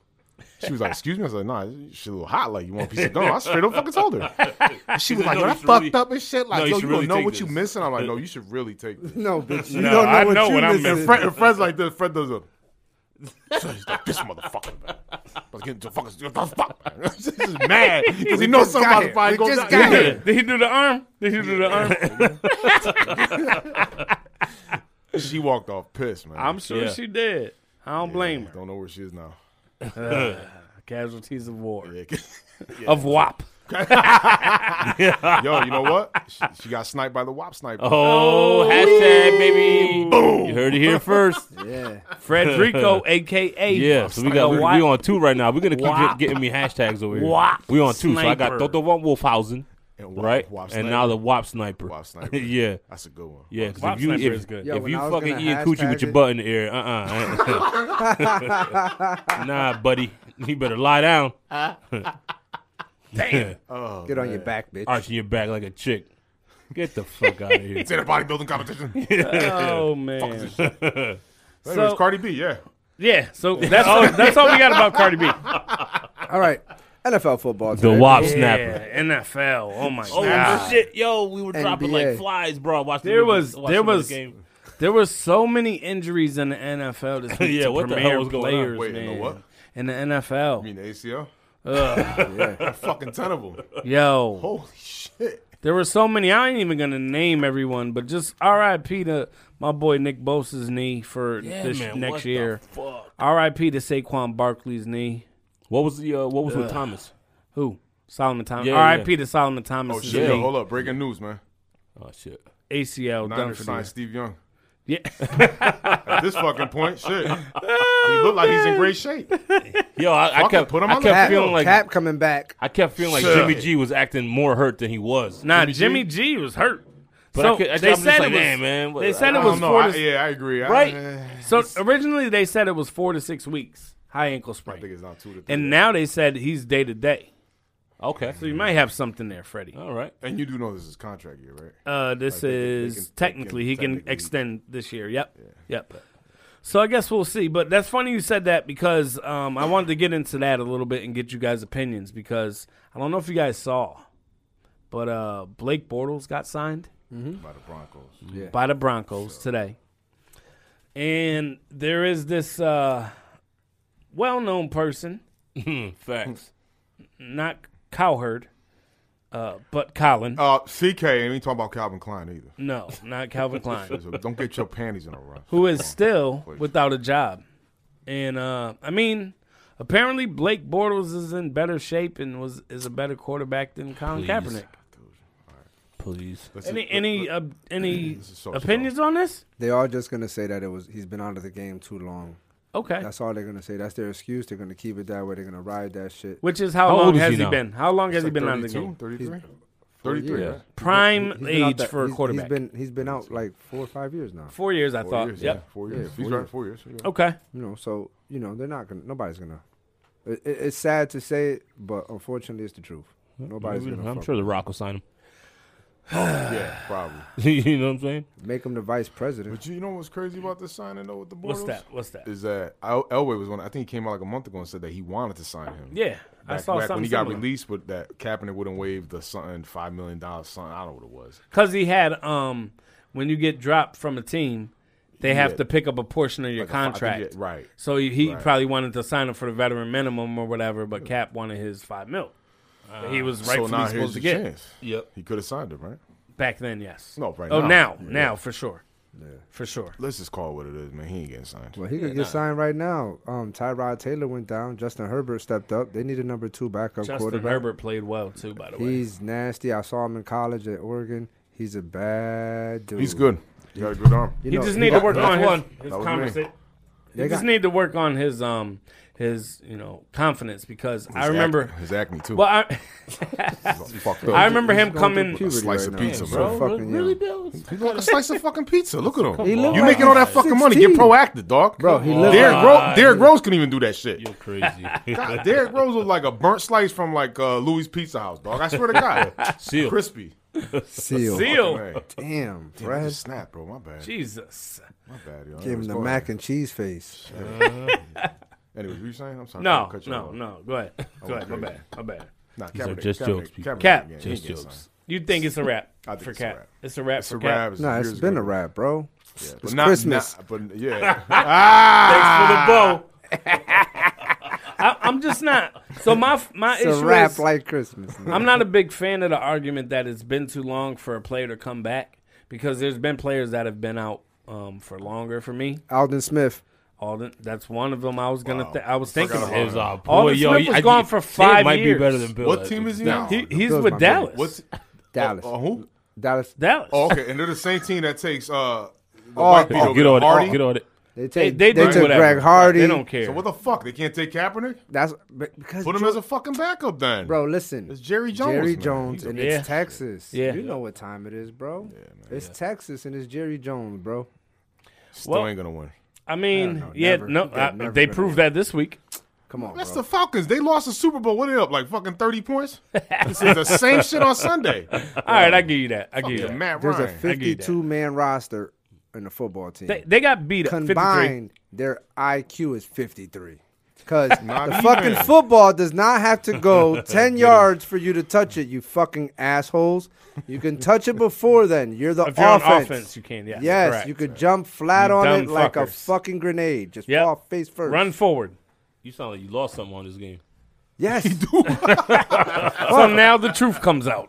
She was like, "Excuse me." I was like, "Nah, she's a little hot. Like, you want a piece of gum?" I straight up fucking told her. And she was
said,
like, "Yo,
"No, you
that
should
fucked
really-
up and shit. Like,
no, you
yo,
should
you
really
don't know
take
what you
this."
missing." I'm like, "No, you should really take this."
No, bitch, you
No,
don't know
I
what
know
you
what I'm
missing.
missing.
Fred, and Fred's like this. Fred does a. So he's like, this motherfucker, man. About to get into fucking, get the fuck, man. He's just mad because he knows
just got
something about to probably
here. We
go
just
down.
got here.
Did he do the arm? Did he do the arm?
Yeah. She walked off pissed, man.
I'm sure
Yeah.
she did. I don't blame her.
Don't know where she is now.
Casualties of war.
Yeah.
Of WAP.
Yo, you know what? She, she got sniped by the WAP sniper.
Oh, hashtag baby. Boom. You heard it here first.
Yeah.
Frederico, aka
Yeah, so we got we, we
WAP.
on two right now. We're gonna keep
Wop.
get- getting me hashtags over here.
Wop
We on two. So I
sniper.
got Toto von Wolfhausen,
And Wop-
right?
Wop
and
sniper.
now the WAP sniper.
Wop sniper.
yeah,
That's a good one.
yeah. 'cause
WAP
if you
sniper
if,
is good.
Yo,
if
when
you
I was
fucking
gonna
eating coochie with
hashtag
your
it-
butt in the air, uh uh nah, buddy, you better lie down. Damn,
Get on your back, bitch.
arching your back like a chick. Get the fuck out of here.
It's in a bodybuilding competition.
Oh man.
Anyways, Cardi B, yeah.
Yeah, so that's all, that's all we got about Cardi B.
All right. NFL football.
The
today.
WAP snapper.
Yeah, NFL. Oh my
Oh
god.
shit, yo, we were dropping
NBA.
like flies, bro. Watch
There was-
watch
there
the
was-
game.
There were so many injuries in the NFL this week
Yeah,
to
what the
premier
hell was going on?
players,
Wait,
man.
in the what?
In the
I
NFL.
mean, the ACL. A fucking ton of them.
Yo.
Holy shit.
There were so many. I ain't even gonna name everyone, but just R.I.P. to my boy Nick Bosa's knee for
Yeah,
this
man, what
next
the
year.
fuck?
R.I.P. to Saquon Barkley's knee.
What was the uh, what was with Thomas?
Who? Solomon Thomas.
Yeah,
R.I.P. to Solomon
Oh,
Thomas'
shit. Yo,
knee.
hold up. Breaking news, man.
Oh shit.
ACL done
Niners
for the year.
signed Steve Young.
Yeah.
At this fucking point, shit. He looked like he's in great shape.
Yo, I, I
Fuck it,
kept
put him
I
on
kept
the
Cap,
feeling like
Cap coming back.
I kept feeling like
Shit.
Jimmy G was acting more hurt than he was.
Nah,
Jimmy G?
Jimmy G was hurt.
But
so
I could, I,
they
I'm
said
just like,
it was.
man, man. what-
they said
I-
it
I
was
don't know.
four
I,
to,
yeah, I agree. I-
Right?
eh,
So originally they said it was four to six weeks high ankle
I think
sprain,
it's not two to three.
and now they said he's day to day.
Okay.
So you might have something there, Freddie.
All right.
and you do know this is contract year, right?
Uh, this
they can- they
is
can- they
technically
can
he can
technically-
extend this year. Yep, yep. So I guess we'll see. But that's funny you said that because um, I wanted to get into that a little bit and get you guys' opinions because I don't know if you guys saw, but uh, Blake Bortles got signed
By the Broncos.
by the Broncos today, and there is this uh, well-known person,
Facts.
not Cowherd, uh, but Colin.
Uh, CK ain't even talking about Calvin Klein either.
No, not Calvin Klein.
So don't get your panties in a row.
who is still without a job. And uh, I mean, apparently Blake Bortles is in better shape and was is a better quarterback than Colin Kaepernick.
Please.
Let's
Any
just-
any uh, any
This is so
opinions on this?
They are just gonna say that it was he's been out of the game too long.
Okay.
That's all they're gonna say. That's their excuse. They're gonna keep it that way. They're gonna ride that shit.
Which is how,
How
long
old is
has
he
he,
now?
been? How long
He's
has he
like
been out of the
32,
game?
33?
For
33,
years.
right?
He's
Prime
been out
age
that-
for a
he's-
quarterback.
He's been he's been out like four or five years now.
four years, I
Four
thought.
years,
yep.
yeah, four
Yeah,
years.
four
He's right,
years.
four years. yeah.
Okay.
You know, so you know they're not gonna. Nobody's gonna. It, it- it's sad to say it, but unfortunately, it's the truth. Nobody's gonna.
I'm
fuck
sure The Rock will sign him.
Yeah, probably.
you know what I'm saying?
Make him the vice president.
But you know what's crazy about this signing though with the Bortles?
What's that? What's that?
Is that El- Elway was one? I think he came out like a month ago and said that he wanted to sign him.
Yeah, I
Back-
saw
back
something
when he got
similar.
released, with that Kaepernick wouldn't waive the something five million dollars something. I don't know what it was.
Because he had um, when you get dropped from a team, they have
Yeah.
to pick up a portion of your
Like a fi- I think
contract.
it- right.
So he, he
Right.
probably wanted to sign him for the veteran minimum or whatever, but Cap wanted his five mil. that he was
so
rightfully
now here's
supposed to
your
get
chance.
Yep.
He could have signed him, right?
back then. Yes.
No, right
Oh,
now.
now,
Yeah.
now for sure, for sure.
Let's just call it what it is, man. He ain't getting signed.
Well, he could get signed right now. Um, Tyrod Taylor went down. Justin Herbert stepped up. They need a number two backup
Justin
quarterback.
Herbert played well too, by the way.
He's nasty. I saw him in college at Oregon. He's a bad dude.
He's good. He got a good arm.
You
he
know,
just need to work
that's
on his,
one.
his
That was
conversa-
me.
They
He
got-
just need to work on his um his you know confidence because I remember.
Ac- his acne too.
Well, I,
Fucked
I
up.
remember him
he's going through
coming.
puberty
Slice of
now.
pizza,
He's
bro.
So fucking young.
really, Bill?
He's like a slice of fucking pizza. Look at him.
He look
You
like
making all that fucking money? Get
16.
proactive, dog.
Bro, he look
Derrick,
like-
Ro- Derrick Rose couldn't even do that shit.
You're crazy.
God, Derrick Rose was like a burnt slice from like uh, Louis Pizza House, dog. I swear to God,
Seal.
crispy.
Seal.
Seal.
Man,
Damn,
damn, I
Brad.
just snapped, bro. My bad.
Jesus.
My bad, yo.
Give him
Anyways,
the
go
mac
ahead.
and cheese face.
Anyways, were you saying? I'm sorry.
No,
I cut you
no,
off.
no. Go ahead. Go ahead. My bad. My bad.
Nah,
are
Kaepernick,
just
Kaepernick,
jokes, people.
Kaepernick,
Cap.
yeah, he
Just
gets
jokes.
You think it's a wrap
I think
for
it's a
Cap?
wrap.
It's a wrap
It's
for
a
Cap.
wrap.
Nah, it's
years
been
ago.
a wrap, bro.
Yeah,
It's
but not-
Christmas.
not- but yeah. ah,
Thanks for the bow. I, I'm just not. So my my
It's a
issue
wrap
is
like Christmas. man.
I'm not a big fan of the argument that it's been too long for a player to come back because there's been players that have been out um, for longer for me.
Alden Smith.
Oh,
Alden, that's one of them. I was gonna. Th- I was thinking.
Forgot
Of.
about
It was uh, boy,
Alden
yo,
Smith was
I-
gone for
it
five
might be
years.
better than Bill.
What
at
team
this
is he
point.
on?
He,
the
he's
Bills
with
my baby.
Dallas.
What's
Dallas.
uh, who?
Dallas.
Dallas?
Oh, okay, and they're the same team that takes uh. The
Oh,
white dude
Oh,
over
get
there,
on
Hardy.
it. Get on it.
They
They,
take.
they,
They,
do
took
whatever.
Greg Hardy.
They don't care.
So what the fuck? They can't take Kaepernick.
That's but because
Put him
Joe-
as a fucking backup then,
bro. Listen,
It's Jerry Jones.
Jerry
man.
Jones,
He's a-
and
Yeah.
it's Texas.
Yeah.
you know what time it is, bro. it's Texas, and it's Jerry Jones, bro.
still
Well-
ain't gonna win.
I mean,
no,
yeah,
never.
no.
They're
I,
never
they
gonna
proved
win.
that this week.
Come on,
That's
bro.
the Falcons. They lost the Super Bowl. What are they up like? Fucking thirty points. this is the same shit on Sunday.
All right, I give you that. I give you
Fucking
that.
Matt
There's a
Ryan.
give you that.
52 man roster in the football team.
They, they got beat up. 53.
Combined, their IQ is 53. Because the
even.
fucking football does not have to go 10 yards for you to touch it, you fucking assholes. You can touch it before then. You're the
If you're
offense.
on offense, you can. Yeah.
yes,
correct.
you could jump flat
You
on
dumb
it like a
fuckers.
fucking grenade. Just
Yep.
fall face first.
run forward.
You sound like you lost something on this game.
Yes.
So now the truth comes out.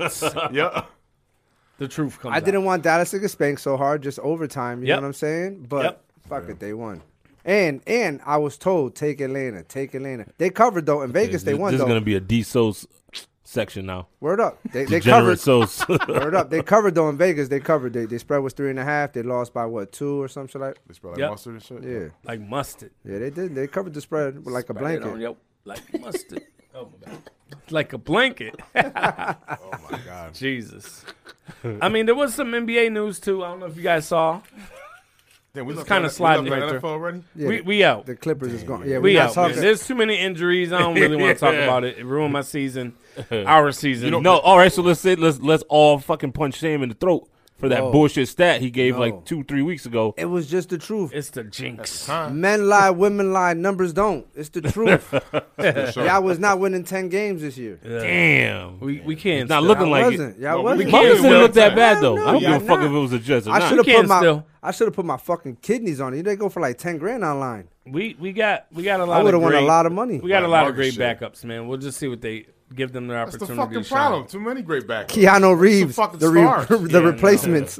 Yeah.
The truth comes.
I didn't want Dallas to get spanked so hard, just overtime. You
Yep.
know what I'm saying? But
Yep.
fuck it, they won. And and I was told take Atlanta, take Atlanta. They covered though in Vegas. They
this
won
this is
though.
gonna be a D Sos section now.
Word up. They, they
Degenerate
covered.
Sos.
Word up. They covered though in Vegas. They covered. They, they spread was three and a half. They lost by what two or something like.
They spell like
Yep.
mustard and shit.
Yeah,
Like mustard.
yeah. They did. They covered the spread with like a
Right on
blanket.
your- like mustard. oh my god. Like a blanket.
Oh my god.
Jesus. I mean, there was some NBA news too. I don't know if you guys saw.
Damn, we left the-
kinda
we left
sliding
the
right there.
NFL already.
Yeah,
We we out.
the Clippers is going. Yeah,
we
we're not
out. man.
talking.
There's too many injuries. I don't really want to talk about it. It ruined my season. Our season.
no, all right. So let's say let's let's all fucking punch Shame in the throat for that
No.
bullshit stat he gave
No.
like two three weeks ago.
It was just the truth.
It's the jinx.
Time.
Men lie, women lie, numbers don't. It's the truth.
Sure.
Y'all was not winning ten games this year.
Damn,
We we can't.
not
still.
looking like
wasn't.
it.
Y'all
No,
wasn't.
we can't
Mullins
Well,
didn't look that
no,
bad though.
no,
I don't give
you're
a fuck if
not.
it was a judge or
I
not.
should have
You
put
can
my
still.
I should have put my fucking kidneys on it. They go for like ten grand online.
We we got we got a lot.
I would have
of
won a
great-
lot of money.
We got a
Like
lot of
market
great
share.
backups, man. We'll just see what they give them their
That's
opportunity.
the fucking
to shine.
problem. Too many great backs.
Keanu Reeves,
fucking
the re-
stars.
the
Yeah, no.
replacements,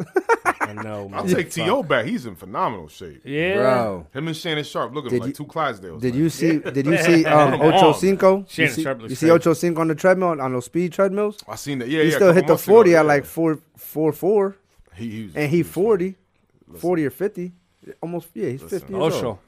I know.
I'll
man.
take T.O. back. He's in phenomenal shape.
Yeah,
bro.
Him and Shannon Sharp looking
Did
like
you-
two Clydesdales.
Did
like,
you see? Did you see um,
Come
Ocho
on.
Cinco? You
Shannon
see,
Sharp looks
you see
great.
Ocho Cinco on the treadmill on those speed treadmills.
I seen that. Yeah,
He
yeah. a
still
couple
hit the
months ago,
forty at
yeah.
like four, four, four,
He, he was,
and he 40, 40 or fifty, almost. Yeah, he's fifty. Years
Osho.
old.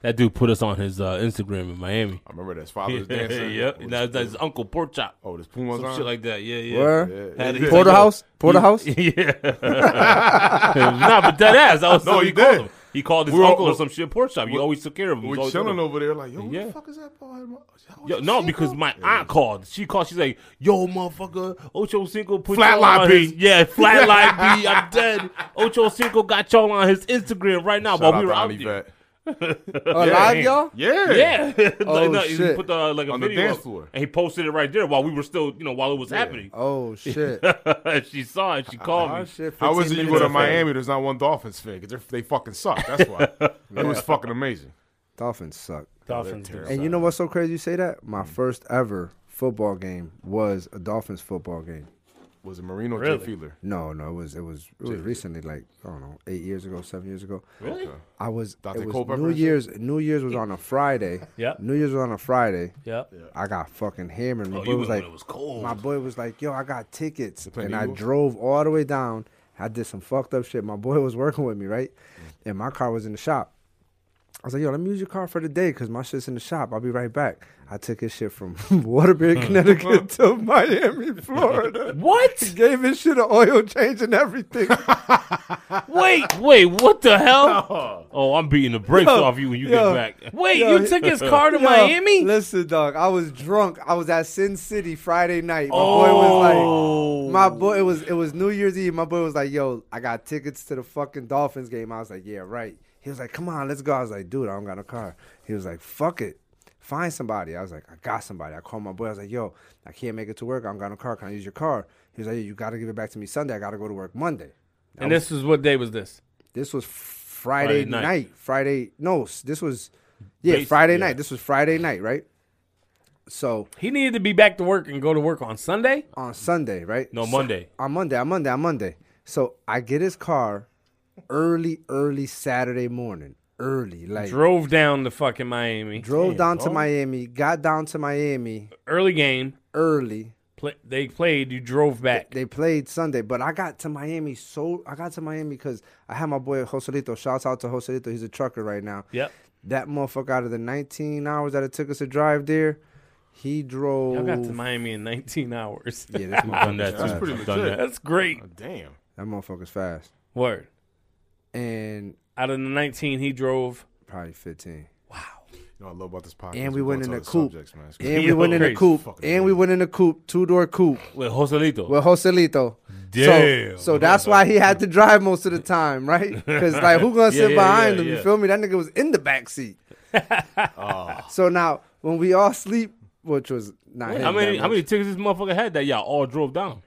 That dude put us on his uh, Instagram in Miami.
I remember that. His father was dancing.
yep.
Oh,
Now that's his uncle Pork Chop.
oh, this Puma's
Some
on.
shit like that. Yeah, yeah.
Where?
Yeah,
Had-
yeah.
he's like,
Porterhouse,
yo,
Porterhouse.
he- Yeah. nah, but that ass. That was
No,
something
he
called
did.
him. He called his
We're all-
uncle or some shit Pork Chop. You
we're-
always took care of him. You
We're
always
chilling
took him.
over there, like, yo, who
Yeah.
the fuck is that boy? Yo,
Yo, no,
Cinco?
because my aunt called. She called. She's like, "Yo, motherfucker, Ocho Cinco put
Flatline
y'all on
B.
his- yeah, flatline B. I'm dead. Ocho Cinco got y'all on his Instagram right now
Shout
while
out
we were
to
out
Ani
there.
Vet.
Alive, y'all.
Yeah,
Yeah, Like,
Oh,
no, he
shit.
put the, like a
On the
video
dance
up,
floor.
and he posted it right there while we were still, you know, while it was happening.
Oh shit!
she saw it. She called me.
Oh shit!
How
15
is it you
minutes
go to
of fame.
Miami? There's not one Dolphins fan because they fucking suck. That's why it was fucking amazing.
Dolphins suck.
Dolphins. do.
And you know what's so crazy? You say that.
Mm.
My first ever football game was a Dolphins football game.
Was it Marino or
Really?
Jay Fiedler?
No, no, it was it was it was recently, like I don't know, eight years ago, seven years ago.
Really?
I was
Dr.
it was
Culpepper
New
and shit?
Year's. New Year's was on a Friday.
Yep.
New Year's was on a Friday.
Yep.
I got fucking hammered. My
Oh,
boy
you was
was like,
when it was cold.
my boy was like, yo, I got tickets,
playing
and
the
I
Eagles?
drove all the way down. I did some fucked up shit. My boy was working with me, right? And my car was in the shop. I was like, yo, let me use your car for the day because my shit's in the shop. I'll be right back. I took his shit from Waterbury, Connecticut to Miami, Florida.
What?
Gave his shit an oil change and everything.
Wait, wait, what the hell? Oh, I'm beating the brakes off you when you
yo.
get back.
Wait,
Yo,
you took his car to
Yo,
Miami?
Listen, dog, I was drunk. I was at Sin City Friday night. My boy was like, my boy, it was it was New Year's Eve. My boy was like, yo, I got tickets to the fucking Dolphins game. I was like, yeah, right. He was like, come on, let's go. I was like, dude, I don't got no car. He was like, fuck it. Find somebody. I was like, I got somebody. I called my boy. I was like, yo, I can't make it to work. I don't got no car. Can I use your car? He was like, yeah, you got to give it back to me Sunday. I got to go to work Monday.
And this is what day was this?
This was Friday,
Friday
night.
night.
Friday, no, s- this was, yeah,
Basi-
Friday
yeah.
night. This was Friday night, right? So
He needed to be back to work and go to work on Sunday.
on Sunday, right?
No,
So-
Monday.
on Monday, on Monday, on Monday. So I get his car early, early Saturday morning, early, like
Drove down to fucking Miami.
drove down to Miami, got down to Miami
Early game.
early.
Play, they played. You drove back.
They played Sunday, but I got to Miami so I got to Miami because I had my boy Joselito. Shouts out to Joselito. He's a trucker right now.
Yep.
That motherfucker out of the 19 hours that it took us to drive there, he drove.
I got to Miami in 19 hours.
yeah, this motherfucker,
Done that
That's
too.
pretty
I've done
legit. Uh,
that.
That's great.
Damn.
that motherfucker's fast.
Word.
And
Out of the 19, he drove.
probably 15.
You know what I love about this podcast.
And we
We're
went
going to
in a
other
coupe.
subjects, man. It's crazy.
And we went in a
Crazy.
coupe.
Fucking
And we went in a coupe, two door coupe
Wait, Joselito.
with Joselito.
Damn.
So, so that's why he had to drive most of the time, right? Because like, who gonna
Yeah,
sit
yeah,
behind
yeah, Oh.
him? You
yeah.
feel me? That nigga was in the back seat. So now, when we all sleep, which was not him
how many
that
how
much,
many tickets this motherfucker had that y'all all drove down?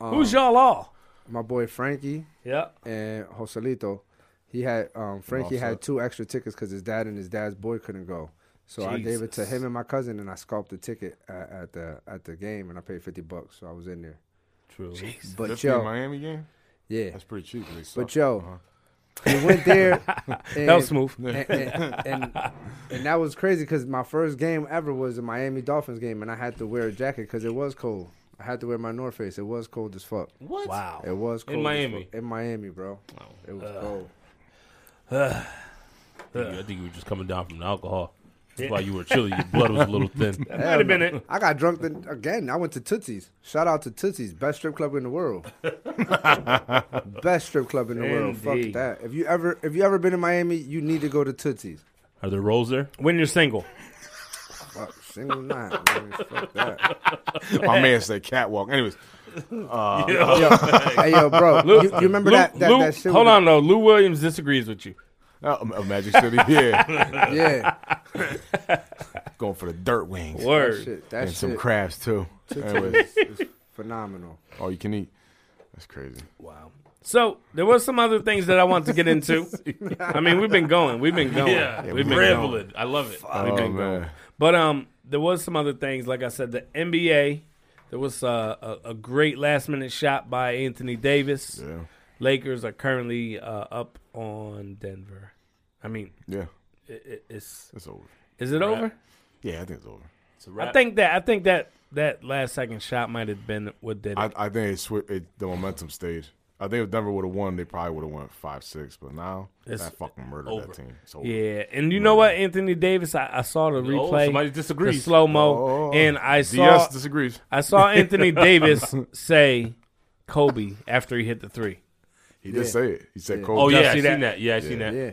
Um,
Who's y'all all?
my boy Frankie
Yep.
and Joselito, he had um, Frankie had two extra tickets because his dad and his dad's boy couldn't go. So I gave it to him and my cousin, and I sculpted the ticket at, at the at the game, and I paid fifty bucks. So I was in there.
True.
But
That's the
yo,
Miami game.
yeah,
That's pretty cheap. 'cause They suck.
but yo, we went there.
That was smooth.
and, and, and, and that was crazy because my first game ever was a Miami Dolphins game, and I had to wear a jacket because it was cold. I had to wear my North Face. It was cold as fuck.
What?
Wow.
It was cold as
Miami.
fuck. In Miami, bro. It was cold.
I think you were just coming down from the alcohol. That's why you were chilly. Your blood was a little thin.
Might have been it.
I got drunk then, again. I went to Tootsie's. Shout out to Tootsie's, best strip club in the world. best strip club in the world. Fuck
Indeed.
that. If you ever if you ever been in Miami, you need to go to Tootsie's.
Are there rolls there?
When you're single.
Fuck, single night. man. Fuck that.
my man said catwalk. Anyways,
Yo, hey yo, bro. you, you remember
Lou,
that that,
Lou-
that shit?
hold
with
on, though. Lou Williams disagrees with you.
uh, uh, Magic City. Yeah,
the- Yeah.
going for the dirt wings
Word.
Shit, that
and
shit.
some crabs too. Anyways,
phenomenal.
all you can eat. That's crazy.
So there was some other things that I wanted to get into. I mean, we've been going, we've been going,
Yeah,
we've been going.
rambling. I love it.
Oh, man.
But um, there was some other things. Like I said, the NBA. There was uh, a, a great last minute shot by Anthony Davis.
Yeah.
Lakers are currently uh, up on Denver. I mean,
Yeah.
it, it's
It's over.
is it over?
Yeah, I think it's over.
It's a wrap.
I think that I think that that last second shot might have been what did it.
I, I think it, swi- it the momentum stayed. I think if Denver would have won, they probably would have won five six. But now
It's
that fucking murdered
over.
that team. It's over.
yeah, and you know what, Anthony Davis, I, I saw the
Oh,
replay,
somebody
the
disagrees.
slow
Oh.
mo, and I saw
DS disagrees.
I saw Anthony Davis say Kobe after he hit the three.
He did say it. He said, "Cold."
oh yeah,
Y'all
I
see
seen
that?
that? Yeah, I seen that.
Yeah,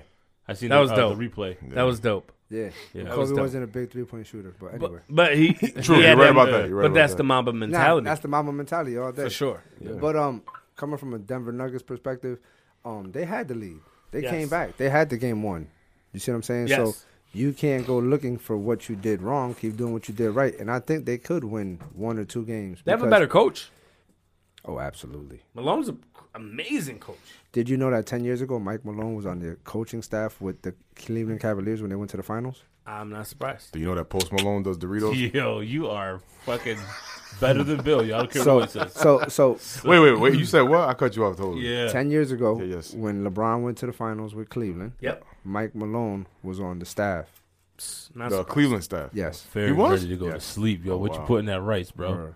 I seen
That
the-
was
uh,
dope.
The replay.
That was dope.
yeah.
Yeah, that
Kobe
was
was
dope.
not a big three point shooter, but anyway.
But he,
True,
he
you're
had
right about that. You're right
but
about
that's
that.
the Mamba
Nah,
mentality
that's the mama mentality all day.
for sure.
But um, coming from a Denver Nuggets perspective, um, they had the lead. They
Yes.
came back. They had the game won. You see what I'm saying? So
Yes.
you can't go looking for what you did wrong. Keep doing what you did right. And I think they could win one or two games.
They have a
because-
better coach.
Oh, absolutely.
Malone's an amazing coach.
Did you know that ten years ago, Mike Malone was on the coaching staff with the Cleveland Cavaliers when they went to the finals?
I'm not surprised.
Do you know that Post Malone does Doritos?
Yo, you are fucking better than Bill. Y'all don't care
So,
what it says.
so, so,
Wait, wait, wait. You said what? I cut you off totally.
Yeah.
ten years ago,
Yeah, yes.
when LeBron went to the finals with Cleveland,
Yep.
Mike Malone was on the staff.
Not
The
surprised.
Cleveland staff.
Yes.
Very
You was?
ready to go
Yeah.
to sleep, yo. what
wow.
you put in that rice, bro?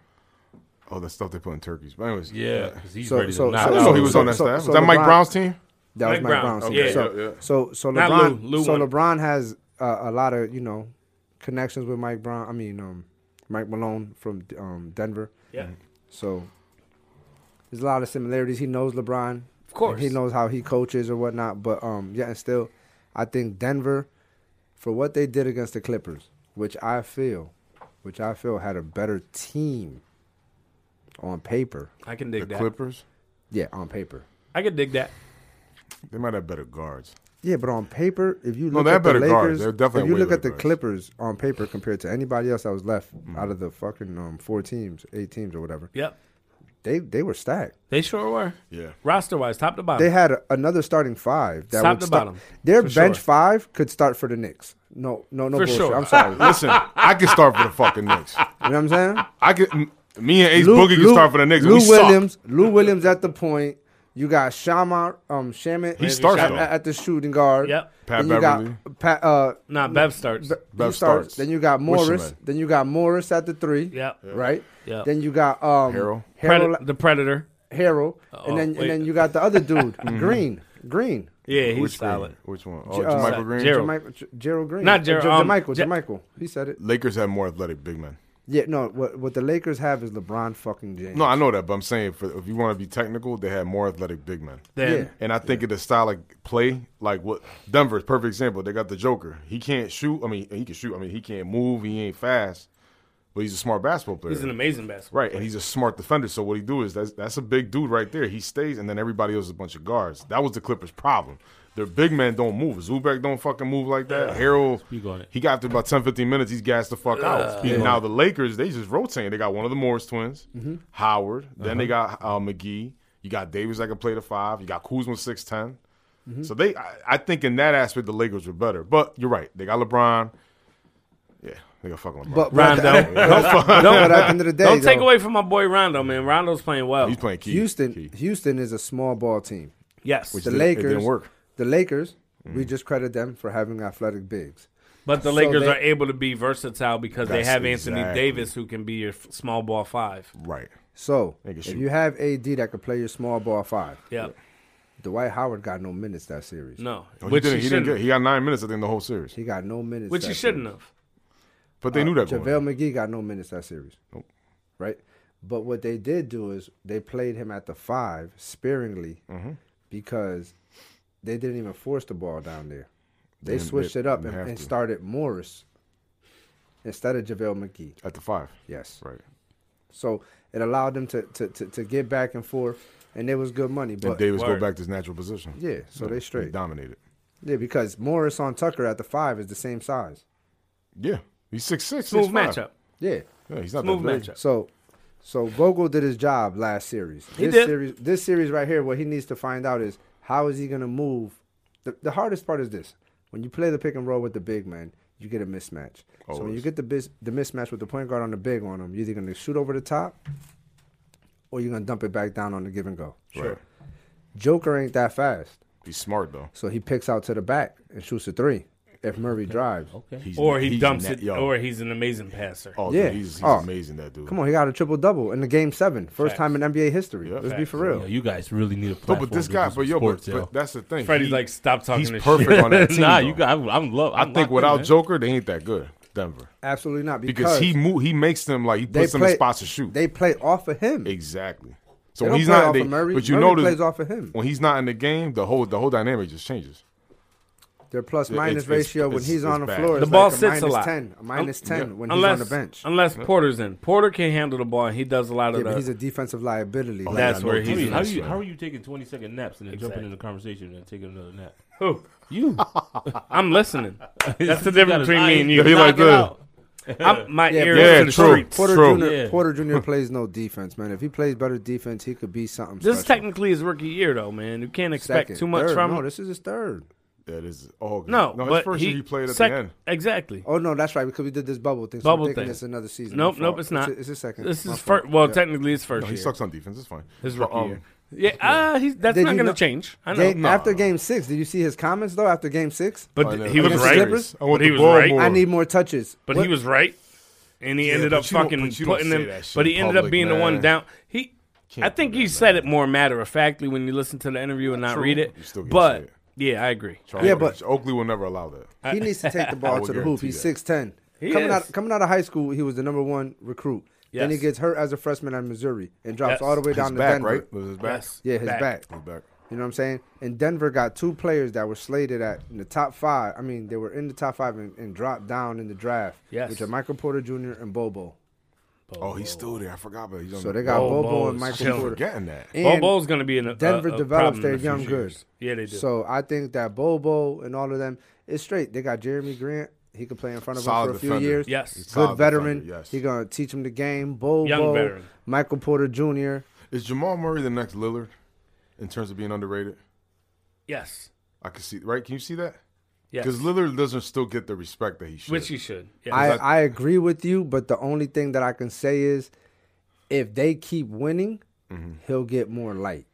Oh, the stuff they put in turkeys. But anyways,
Yeah, 'cause he's
So-
ready
so-
to knock
I
so-
didn't
out.
know he was
so-
on that
so-
staff.
so
was that Mike
LeBron-
Brown's team?
That
Mike
was Mike
Brown.
Brown's team.
Okay,
so,
yeah, yeah.
so so
Not
LeBron
Lou. Lou
so
won.
LeBron has uh, a lot of you know connections with Mike Brown. I mean, um, Mike Malone from um, Denver.
Yeah.
So there's a lot of similarities. He knows LeBron.
Of course.
he knows how he coaches or whatnot. But um, yeah, and still, I think Denver for what they did against the Clippers, which I feel, which I feel had a better team on paper.
I can dig
The
that.
Clippers.
Yeah, on paper.
I can dig that.
They might have better guards.
Yeah, but on paper, if you look
they
at
have
the
better
Lakers,
guards. They're definitely
if you
way
look
better
at the
guards. Mm.
Clippers on paper compared to anybody else that was left out of the fucking um, four teams, eight teams or whatever,
Yep.
they they were stacked.
They sure were.
Yeah.
Roster wise, top to bottom.
They had a, another starting five that
Top
would
to
start.
bottom,
Their
for
bench
sure.
five could start for the Knicks. No, no, no
For
bullshit.
sure.
I'm sorry. you know
Listen, I can start for the fucking Knicks.
what I'm saying?
I can. m- Me and Ace Boogie can start for the Knicks.
Lou
we
Williams, Lou Williams at the point. You got Shama, um, Shaman.
He starts
at,
though.
at the shooting guard.
Yep.
Pat
Then you
Beverly.
got Pat, uh,
nah, Bev starts.
Be-
Bev
he starts.
starts.
Then you got
What's your
Morris.
man?
Then you got Morris at the three.
Yep.
Right.
Yep.
Then you got um
Harrell.
Harold.
Pred- the Predator.
Harold.
Oh,
and then
wait.
and then you got the other dude,
Mm-hmm.
Green. Green.
Yeah,
Suck.
he's
Which
solid.
Green? Which one? Oh,
J- uh,
Jermichael Green.
Gerald.
Jermi- J- Gerald Green.
Not Gerald,
Uh, J-
um,
Jermichael.
Ja-
Jermichael. He said it.
Lakers have more athletic big men.
Yeah. No. What what the Lakers have is LeBron fucking James.
No, I know that, but I'm saying for, if you want to be technical, they had more athletic big men.
Then
Yeah.
And I think of the style of play, like what Denver's perfect example. They got the Joker. He can't shoot. I mean, he can shoot. I mean, he can't move. He ain't fast, but he's a smart basketball player.
he's an amazing basketball.
right, and he's a smart defender. So what he do is that's that's a big dude right there. He stays, and then everybody else is a bunch of guards. That was the Clippers' problem. Their big men don't move. Zubek don't fucking move like that. Harold,
Speak on it.
he got after about 10, 15 minutes, he's gassed the fuck out. And now the Lakers, they just rotating. They got one of the Morris twins,
Mm-hmm.
Howard. Then they
Uh-huh.
got uh, McGee. You got Davis that can play the five. You got Kuzma six
Mm-hmm.
So they, I, I think in that aspect, the Lakers were better. But you're right, they got LeBron. Yeah, they got fucking LeBron.
But, but, at
Rondo.
the,
don't
but at the end of the day,
don't take
though,
away from my boy Rondo, man. Rondo's playing well.
he's playing key.
Houston.
Key.
Houston is a small ball team.
yes.
The
didn't- it
Lakers
didn't work. Mm-hmm.
The Lakers. We just credit them for having athletic bigs.
But the
So
Lakers
they-
are able to be versatile because they
That's
have Anthony
exactly.
Davis, who can be your f- small ball five.
Right.
So
can
if
shoot.
you have AD that could play your small ball five,
Yeah,
Dwight Howard got no minutes that series.
no,
Oh,
which
he, didn't, he,
he,
didn't
shouldn't,
get, he got nine minutes, I think, the whole series.
He got no minutes.
which
that
he shouldn't have.
But they knew that
series.
going.
Uh, JaVale
in.
McGee got no minutes that series. Right? But what they did do is they played him at the five sparingly
Mm-hmm.
because they didn't even force the ball down there. They
didn't-
switched
they
it up
didn't
and,
have
and
to.
started Morris instead of JaVale McGee.
At the five.
Yes.
Right.
So it allowed them to, to, to, to get back and forth and it was good money. But
And Davis
Word.
go back to his natural position.
Yeah, so they straight.
dominated.
yeah, because Morris on Tucker at the five is the same size.
Yeah. He's six six.
Smooth matchup.
Yeah.
Yeah, he's not
Smooth
that big.
matchup.
So So Vogel did his job last series. He this
did.
series this series right here, what he needs to find out is how is he gonna move the, the hardest part is this. When you play the pick and roll with the big man, you get a mismatch. So when you get the bis- the mismatch with the point guard on the big on him, you're either gonna shoot over the top or you're gonna dump it back down on the give and go.
Sure.
Joker ain't that fast.
He's smart though.
So he picks out to the back and shoots a three if Murray drives.
He's-
Or he
he's
dumps
na-
it,
yo.
or he's an amazing passer.
oh,
Yeah.
dude, he's, he's
Oh.
amazing. That dude.
Come on, he got a triple double in the game seven. First time in NBA history. Let's be for real.
Yo, you guys really need a
No,
platform.
but this
to
guy,
do
but
some
yo, but,
sports,
but that's the thing.
Freddie's
He-
like, stop talking
he's
this
perfect
shit.
on that team.
nah,
though.
you guys, I'm, I'm love.
I
I'm
think
locked
without
in, man.
Joker, they ain't that good. Denver
Absolutely not.
because he mo- he makes them like he puts them in spots to shoot.
They play off of him.
exactly. So when
They don't
he's
play
not,
off
in the,
of Murray.
but you
Murray
notice
plays off of him.
when he's not in the game, the whole the whole dynamic just changes.
Their plus minus
it's-
ratio when
it's-
he's
it's
on the
bad.
floor.
The
is
ball
like a
sits a
minus
lot.
Ten, a minus ten when
unless,
he's on the bench.
Unless Porter's in. Porter can handle the ball, and he does a lot
yeah,
of
but
the. Oh,
he's a defensive liability. Like,
that's
I
where
know
How,
he's.
Dude,
you,
in.
how, you,
man.
how are you taking 20 second naps and then jumping
Exactly.
in the conversation and taking another nap?
Who?
You.
I'm listening. That's the
He got
difference
his
between
eyes
me and you.
He like
knock it
that.
out.
I'm, my
Yeah,
ear
but-
is
Yeah,
to the
true.
streets.
Porter
True.
Jr.
Yeah.
Porter Jr. plays no defense, man. If he plays better defense, he could be something.
This is
special.
technically his rookie year, though, man. You can't expect
Second,
too much
third.
from
No,
him.
this is his third.
That is all good.
No,
no, his
but
first
he,
year he played at
sec-
the end.
Exactly.
Oh no, that's right because we did this bubble thing. So
Bubble
I'm thinking
thing.
it's another season.
Nope,
My fault.
nope, it's not.
It's, it's his second.
This
My
is
fault.
first. Well,
Yeah.
technically, it's first
No, he
year.
sucks on defense. It's fine.
His
But,
rookie
um,
year. Yeah, uh, he's, that's
Did
not
you
going to
know-
change. I know.
Game, After game six, did you see his comments though? After game six,
but
uh, I know.
he was
Against the
right.
Clippers?
I want
But he
the
was
ball
right.
more.
I need more touches.
But
What-
he was right, and he
Yeah,
ended
but
up
you don't-
fucking
but you don't
putting
say
him.
that shit
But he
in
ended up
public,
being the one
man.
down. He, I
Can't
think
do
he
that,
said it more matter of factly when you listen to the interview and not
True.
read it.
You still can't say
But
it.
yeah, I agree.
Charlie
Yeah, but-
Oakley will never allow that.
He needs to take the
I
ball
will
to the hoop.
guarantee
He's
that.
six ten.
He
coming
is.
out coming out of high school, he was the number one recruit. Then he
Yes.
gets hurt as a freshman at Missouri and drops
Yes.
all the way down
His
to
back,
Denver.
right? Was his back?
Yes.
Yeah, his
Back.
back.
His back.
You know what I'm saying? And Denver got two players that were slated at in the top five. I mean, they were in the top five and, and dropped down in the draft.
Yes.
Which are Michael Porter Jr. and Bobo.
Oh, he's still there. I forgot about. He's on
So
the-
they got
Bobo's
Bobo, and Michael
chilling.
Porter.
forgetting that.
And
Bobo's going to be in a,
Denver
a, a
develops
problem
their
in the
young
future
goods.
years. Yeah, they do.
So I think that Bobo and all of them is straight. They got Jeremy Grant. He could play in front of
Solid
him for a few
defender.
years.
Yes.
Good
Solid
veteran.
defender, yes.
He gonna teach him the game. Bobo.
Young veteran.
Michael Porter Jr.
Is Jamal Murray the next Lillard in terms of being underrated?
yes,
I can see. Right? Can you see that?
yes,
Because Lillard doesn't still get the respect that he should.
which you should. Yes.
I,
that-
I agree with you, but the only thing that I can say is if they keep winning, he'll get more light.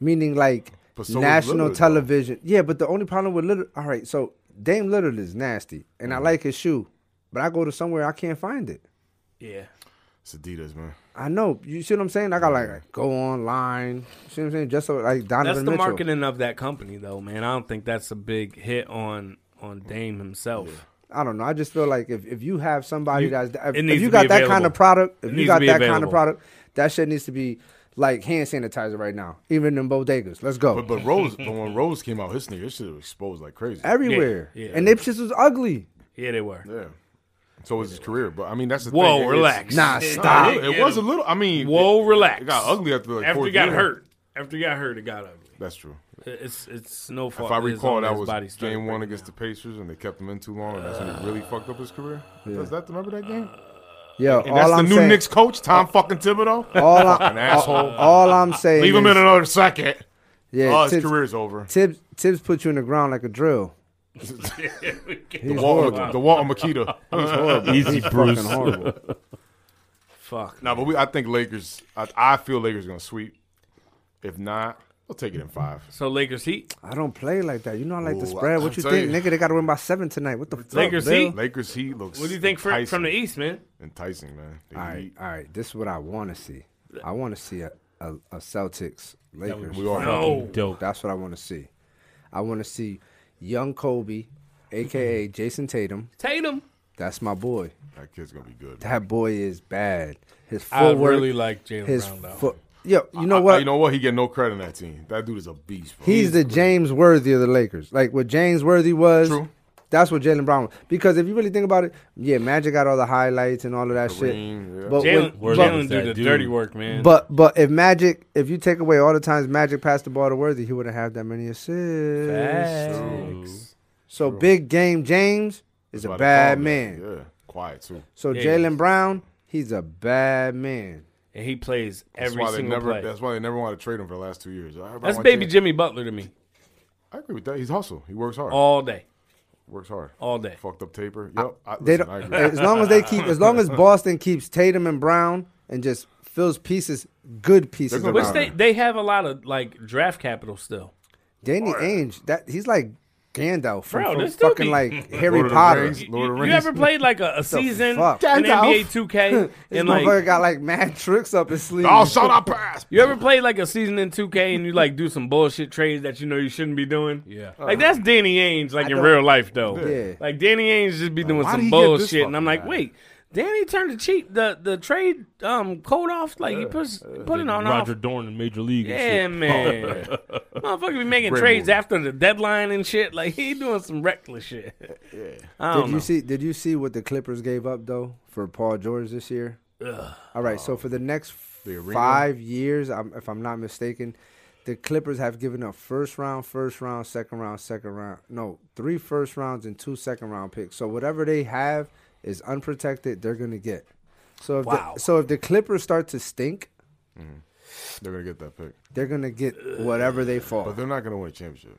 Meaning like
Mm-hmm. But so is Lillard,
national
though.
television. Yeah, but the only problem with Lillard, all right, so Dame Lillard is nasty and
Mm-hmm.
I like his shoe, but I go to somewhere I can't find it.
yeah,
it's Adidas, man.
I know. You see what I'm saying? I got like go online. You see what I'm saying? Just so, like Donovan
that's the
Mitchell.
marketing of that company, though, man. I don't think that's a big hit on on Dame himself.
I don't know. I just feel like if, if you have somebody that's if,
it
if
needs
you
to
got
be
that
available.
kind of product,
It
if
needs to
you got
be
that kind
available.
of product, that shit needs to be like hand sanitizer right now, even in bodegas. Let's go
But but Rose, but when Rose came out, his sneaker his shit was exposed like crazy.
everywhere.
Yeah, yeah.
And them shits was ugly.
Yeah, they were.
yeah. So was his career, but I mean that's the
Whoa,
thing. It- it's-
relax.
Nah,
Nah,
stop.
It, it was a little. I mean,
Whoa,
it,
relax.
It got ugly after like
after
fourth
he got
year.
hurt. After he got hurt, it got ugly.
That's true.
It's it's no fault.
If I
of his
recall,
own
that
his
was
body started
game one
breaking
against
down.
the Pacers, and they kept him in too long, and that's when he really fucked up his career. Does that remember that game?
Yeah,
And
all
that's
I'm
the new
saying,
Knicks coach, Tom fucking Thibodeau.
all,
An
I, all,
asshole.
all I'm saying,
Leave him
is-
in another second.
Yeah,
oh, his
Tibbs,
career's over.
Tibbs, Tibbs put you in the ground like a drill.
The
He's
Walton, the Walton Makita.
Oh,
Easy, Bruce.
Fucking horrible.
fuck.
no, but we, I think Lakers. I, I feel Lakers gonna sweep. If not, we'll take it in five.
So Lakers Heat.
I don't play like that. You know, I like the
Ooh, I-
spread.
I'm
What you
telling
think,
you.
nigga? They got to win by seven tonight. What the fuck,
Lakers
Bill?
heat?
Lakers Heat looks.
What do you think for,
enticing.
from the East, man?
Enticing, man. They
All right,
eat.
all right. This is what I want to see. I want to see a, a, a Celtics Lakers.
We are.
No.
Dope.
That's what I want to see. I want to see young Kobe, aka Jason Tatum.
Tatum.
That's my boy.
That kid's gonna be good. man.
That boy is bad. His
I
footwork,
really like Jalen
his
Brown though.
foot. Yo, you know
I- I-
what?
you know what? He get no credit in that team. That dude is a beast. Bro.
He's the James Worthy of the Lakers. Like what James Worthy was.
True.
That's what Jalen Brown was. Because if you really think about it, yeah, Magic got all the highlights and all of that
Kareem,
shit.
yeah.
But
Jalen
when-
Worthy
Jalen
is
do
that
the
dude.
dirty work, man.
But but if Magic, if you take away all the times Magic passed the ball to Worthy, he wouldn't have that many assists.
Facts.
So big game James is a bad man.
Yeah, quiet too.
So
Yeah, he
Jalen Brown, he's a bad man.
and he plays every
why they
single
never.
play.
That's why they never wanted to trade him for the last two years. Everybody
That's
wanted
baby
to-
Jimmy Butler to me
I agree with that. He's hustle. He works hard.
all day,
works hard.
all day.
Fucked up taper. Yep. I,
They
listen, I
don't,
agree.
as long as they keep, as long as Boston keeps Tatum and Brown and just fills pieces, good pieces.
They're
Of
gonna
Which
Nah.
they they have a lot of like draft capital still.
Danny Ainge, that he's like Gandalf from,
Bro,
from
this dude
fucking
be-
like
Lord
Harry
of the
Potter.
Rings,
You,
Lord of the
you
Rings.
ever played like a, a season
fuck?
in
Gandalf.
NBA 2K
This
and
motherfucker
like
got like mad tricks up his sleeve.
oh, shot I pass.
you ever played like a season in 2K and you like do some bullshit trades that you know you shouldn't be doing?
Yeah.
Like that's Danny Ainge like in
don't-
real life though.
Yeah.
Like Danny Ainge just be doing
why did he
some
get this
bullshit and I'm
fucking
like,
guy?
"Wait, Danny turned the cheat the the trade um code off like he puts put it on
Roger
off.
Dorn in Major League. and
Yeah,
shit.
man. Motherfucker be making
Great
trades
movie.
after the deadline and shit. Like he doing some reckless shit. Yeah. I don't
Did
know.
you see? Did you see what the Clippers gave up though for Paul George this year? All right,
Oh.
so for the next
arena?
five years, I'm, if I'm not mistaken, the Clippers have given up first round, first round, second round, second round. No, three first rounds and two second round picks. So whatever they have is unprotected. They're gonna get. So if
Wow.
the, so if the Clippers start to stink,
They're gonna get that pick,
they're gonna get whatever they fall.
but they're not gonna win a championship.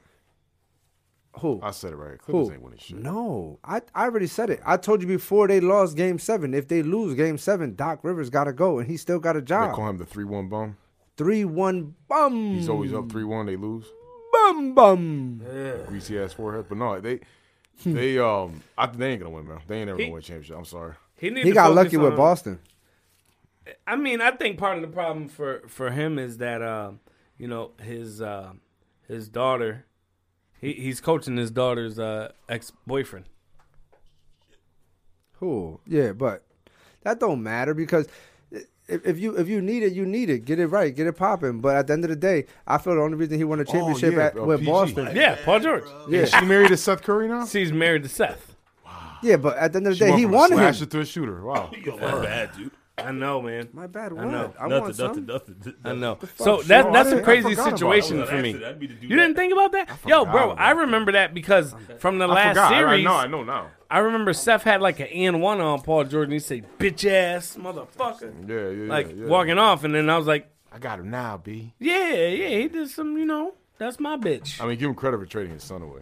Who?
I said it right. Clippers
Who?
ain't winning shit.
No, I, I already said it. I told you before they lost game seven. If they lose game seven, Doc Rivers got to go, and he still got a
They call
job.
him the three-one bum.
3 1 bum.
He's always up three-one. They lose.
Bum bum.
Greasy ass forehead. But no, they,
Hmm.
they um, I, they ain't gonna win, man. They ain't ever gonna win a championship. I'm sorry.
need
He
to
got
focus
lucky with
on-
Boston.
I mean, I think part of the problem for for him is that uh, you know his uh, his daughter, he, he's coaching his daughter's uh, ex boyfriend.
Cool. Yeah, but that don't matter because if, if you if you need it, you need it. Get it right. Get it popping. But at the end of the day, I feel the only reason he won a championship
yeah,
at,
uh,
with
PG.
Boston.
Yeah, Paul George.
Yeah.
Is she married to Seth Curry now?
She's married to Seth.
Yeah, but at the end of the
She
day,
went
he
from a
won
slasher
him.
to a shooter. Wow.
Not bad, dude.
I know, man.
My bad. What?
I know.
I
nothing,
want some.
nothing, nothing, nothing.
I know.
fuck?
So
Sure,
that
I
that's a
didn't- I
crazy
forgot about
situation
that.
for me.
Actually, that'd be to do
You didn't
that.
think about that, yo, bro?
about
I
that.
remember that because from the last
Forgot. I-
series,
I know. I know now.
I remember Seth had like an and one on Paul George, and he said, "Bitch ass motherfucker,"
Yeah, yeah, yeah,
like
yeah.
walking off, and then I was like,
I got him now, B.
"Yeah, yeah, he did some, you know, that's my bitch."
I mean, give him credit for trading his son away.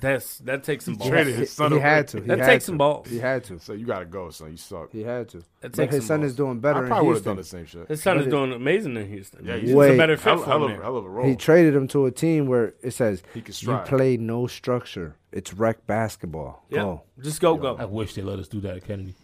That's that takes some balls.
Traded his son
He
away.
had to. He
That
had
takes
to.
some balls.
He had to.
So you gotta go, son. You suck.
He had to.
That
But
takes
his
some
son
balls.
is doing
I
better. in
probably would have
Houston.
done the same shit.
His son is doing amazing in Houston.
Yeah,
he's
he's
Wait.
a better fit
hell,
for
hell,
him.
of, hell of a role.
He traded him to a team where it says
He can
you
strive.
play no structure. It's rec basketball.
Yep.
Go.
Just go,
I
go.
wish they let us do that at Kennedy.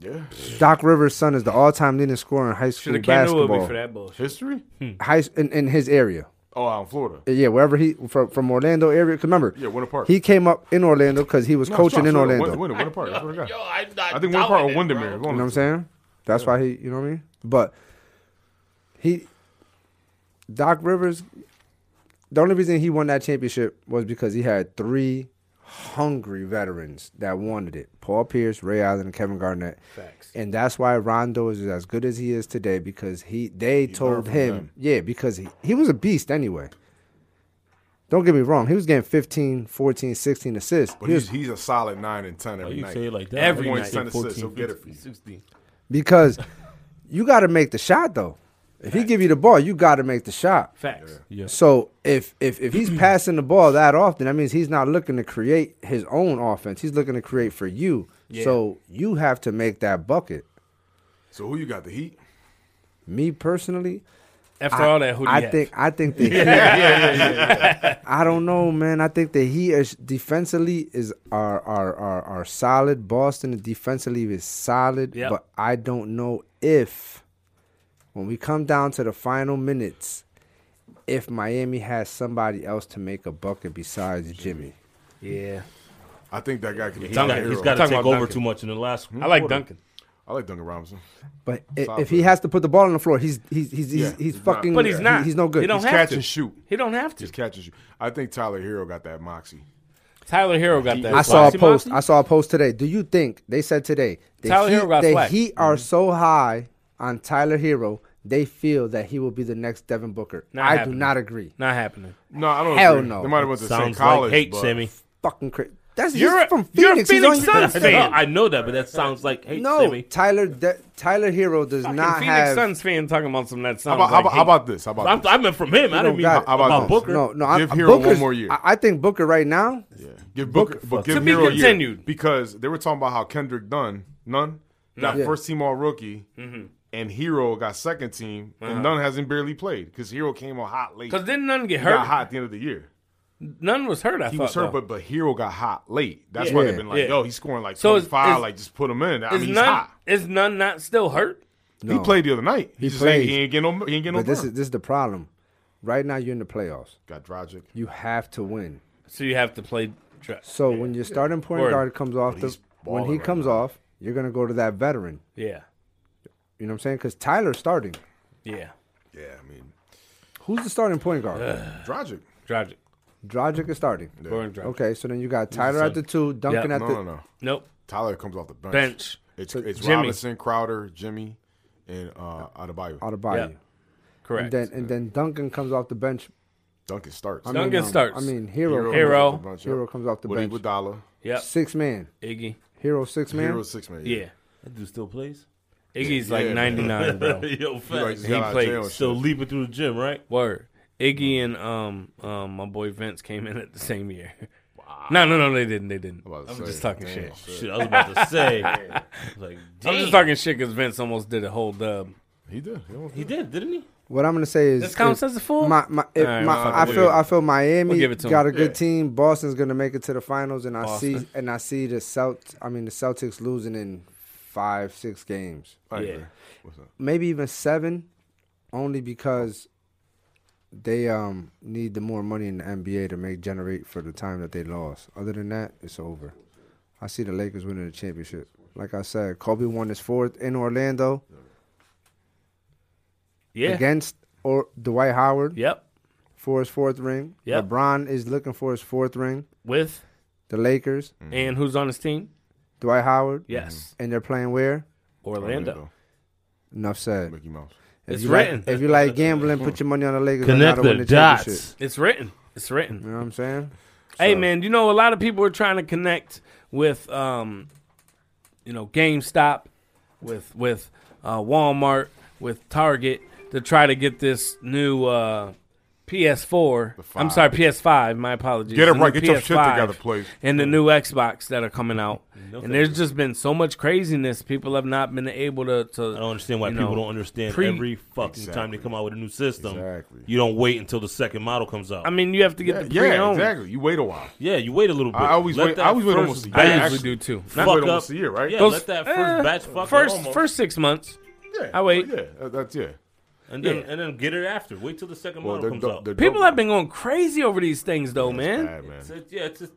yeah,
Doc Rivers' son is the all-time leading scorer in high
Should
school
have came to
basketball.
Wilby for that bullshit.
history.
High in, in his area.
Oh, out in Florida.
Yeah, wherever he from, from Orlando area. 'Cause remember,
Yeah, Winter Park.
He came up in Orlando because he was
No,
coaching
stop,
in
stop.
Orlando.
Win- Winter, Winter Park. That's what I got.
I'm not.
I think Winter Park or Windermere.
You know what I'm saying? That's why he, you know what I mean? But he, Doc Rivers, the only reason he won that championship was because he had three hungry veterans that wanted it Paul Pierce, Ray Allen, and Kevin Garnett.
Facts.
And that's why Rondo is as good as he is today because he they told him, yeah, because he, he was a beast anyway. Don't get me wrong, he was getting 15, 14, 16 assists.
But
He
he's,
was-
he's a solid nine and ten
Why
every
you
night.
say it like that?
Every
Why you
night.
say
Send assists,
14,
he'll get it for you.
16.
because you got to make the shot though. If he give you the ball, you got to make the shot.
Facts.
Yeah.
So if if if he's passing the ball that often, that means he's not looking to create his own offense. He's looking to create for you. So you have to make that bucket.
So who you got? The Heat.
Me personally,
After
I,
all that, who do you
I
have?
think I think the Heat. I don't know, man. I think the Heat is defensively is are are are, are solid. Boston defensively is solid,
Yep.
but I don't know if when we come down to the final minutes, if Miami has somebody else to make a bucket besides Jimmy.
Yeah,
I think that guy can be
He's
a
got,
hero.
he's got to
Talking
take
about
over
Duncan.
too much in the last.
I like
quarter.
Duncan,
I like Duncan Robinson.
But i
Solid
if he
player.
has to put the ball on the floor, he's he's he's he's,
Yeah,
he's,
he's not.
fucking.
but he's not.
he- he's no good.
He don't
He's
have
catch
to
and shoot.
He don't have to.
He's catch and shoot. I think Tyler Hero got that moxie.
Tyler Hero got that.
I saw a
Moxie
post.
Moxie?
I saw a post today. Do you think they said today the
Tyler
Heat,
Hero got
the
flack.
Heat
Mm-hmm.
are so high on Tyler Hero they feel that he will be the next Devin Booker?
Not
I do
happening.
not agree.
not happening.
No, I don't.
Hell
agree.
no.
They might have went to the same
Sounds
college.
like hate,
but
Sammy.
Fucking crazy. That's
You're
he's
a-
from
you're a
Phoenix.
Phoenix
he's on
Suns
your-
fan.
I know that, but that sounds like hey,
No,
Sammy.
Tyler De- Tyler Hero does not
Phoenix
have.
Suns fan talking about something that
How
sounds
about, how,
like
about, how
hate.
about this? How about
I'm,
this?
I meant from him. I didn't mean
got-
How about
about
this?
Booker.
No, no. I,
Give
I-
Hero one
Booker's-
more year.
I, I think Booker right now.
Give Booker, but give
To be
Hero a year.
continued.
because they were talking about how Kendrick Dunn, Nunn
Mm-hmm.
got first team all rookie, and Hero got second team,
Uh-huh.
and Nunn hasn't barely played because Hero came on hot late.
Because didn't none get
He got
hurt?
hot at the end of the year.
None was hurt. I
He
thought.
was hurt,
though.
but, but Hero got hot late. That's why they've been like,
Yeah.
yo, he's scoring like
So is-
25.
is-
like, just put him in. I mean,
is
he's
none
hot.
is none not still hurt?
He played the other night. He, just
played.
ain't, he ain't getting no. He ain't getting no.
But this
burn.
is this is the problem. Right now, you're in the playoffs.
got Dragic.
You have to win.
So you have to play. Tra-
So when your starting point
Word.
guard comes off, the,
he's
when
balling
he
right
comes off, you're gonna go to that veteran.
yeah,
You know what I'm saying? Because Tyler's starting.
yeah.
Yeah, I mean,
Who's the starting point guard?
Dragic.
Dragic.
Dragic is starting.
Goran Dragic.
Okay, so then you got Tyler at the two, Duncan
Yeah.
at
No,
the.
no, no.
Nope.
Tyler comes off the bench.
Bench.
It's it's
Jimmy.
Robinson, Crowder, Jimmy, and uh, Adebayo.
Adebayo.
Yeah. Correct.
And then and then Duncan comes off the bench.
Duncan starts.
I mean,
Duncan
um,
starts.
I mean, Hero.
comes
Hero.
off the bench,
Hero
yep.
comes off the
Woody
bench.
Iguodala.
yep.
Six man.
Iggy.
Hero six man.
Hero six man.
Yeah.
That dude still plays.
Iggy's
Yeah,
like
man.
99, bro.
Yo,
like,
facts.
just got out of
plays.
jail and
Still
shit.
leaping through the gym, right?
Word. Iggy and um um my boy Vince came in at the same year. No, no, no, they didn't. They didn't.
I'm about to
I'm
say.
just talking shit.
Shit, I was about to say. I was like,
I'm just
damn.
talking shit because Vince almost did a whole dub.
He did. He almost
He
did.
did, didn't he?
What I'm gonna say is
This counts
is
as a full.
My, my, if
All right,
my,
we'll fuck
I
with
feel
it.
I feel Miami
We'll give it to
got a
him.
good
Yeah.
team. Boston's gonna make it to the finals, and I see
Boston.
and I see the Celt I mean the Celtics losing in five six games,
I agree.
Yeah.
What's up?
maybe even seven, only because they um need the more money in the NBA to make generate for the time that they lost. Other than that, it's over. I see the Lakers winning the championship. Like I said, Kobe won his fourth in Orlando
yeah.
against or Dwight Howard.
Yep.
for his fourth ring.
Yep.
LeBron is looking for his fourth ring.
With
The Lakers,
Mm. Mm-hmm.
and who's on his team?
Dwight Howard,
Yes.
and they're playing where?
Mm-hmm.
Orlando.
Enough said.
Mickey Mouse.
If
It's
you
written.
Like, if you like gambling, put your money on the Lakers. on how
Connect
to
the
win championship.
dots.
It's written. It's written.
You know what I'm saying?
Hey man, you know a lot of people are trying to connect with um you know GameStop, with with uh, Walmart, with Target to try to get this new uh, PS4. I'm
five.
sorry, PS5. My apologies.
Get it
The
right.
new
Get your shit
PS5
together, please.
And the new Xbox that are coming out. and there's just been so much craziness. People have not been able to. to
I don't understand why
you
people
know,
don't understand
pre-
every fucking time they come out with a new system.
Exactly.
You don't wait until the second model comes out.
I mean, you have to get
Yeah,
the
yeah,
pre-owned.
exactly. You wait a while.
yeah, you wait a little bit.
I always
Let
wait-
that
I always wait
first
almost a year.
I
batch
usually
actually-
do too.
I wait
Not-
fuck
almost
up.
a year, right?
Yeah,
those-
let that first
eh,
batch fuck up
first
almost,
first six months.
Yeah.
I wait.
Yeah. that- That's yeah.
and then
yeah.
and then get it after. Wait till the second
Well,
model
the,
comes
the,
out.
the
People
dope-
have been going crazy over these things, though, man.
Bad, man.
It's a- yeah, it's just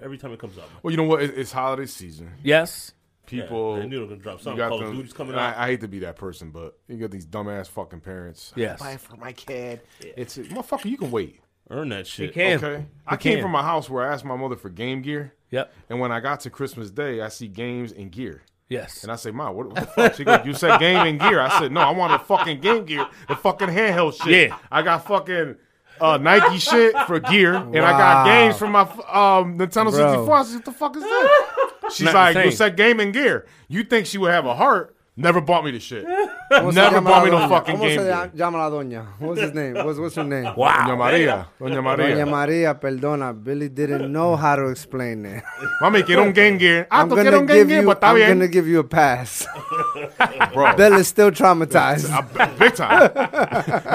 every time it comes out.
Well, you know what? It, it's holiday season.
Yes.
People.
Yeah, they knew they were gonna drop
You
something.
got
Call of
them-
Duty's coming
and I-
out.
I, hate to be that person, but you got these dumbass fucking parents.
Yes.
Buy it for my kid. It's a, motherfucker. You can wait.
Earn that shit.
can.
Okay. I came
can.
from a house where I asked my mother for Game Gear,
Yep.
and when I got to Christmas Day, I see games and gear.
Yes.
And I say, "Ma, what, what the fuck?" She goes, "You said game and gear." I said, "No, I want a fucking game gear, the fucking handheld shit."
Yeah.
I got fucking uh, Nike shit for gear, and I got
Wow.
games for my um, Nintendo 64.
Bro.
I said, "What the fuck is that?" She's
Not the
like, "You
same.
said game and gear." You think she would have a heart? Never bought me the shit.
Almost said
Never
Jamal
bought me no
Adonio.
fucking
Almost
game
said Jamal Adonio. What's his name? What's what's her name?
Doña Maria, Doña
Doña
Maria,
Maria Perdona. Billy didn't know how to explain it.
mami, quiero un game gear. Ah,
I'm
tú quieres
gonna
un game
give
gear,
you.
but está
I'm gonna
bien,
give you a pass.
bro.
Bill is still traumatized.
I bet- big time.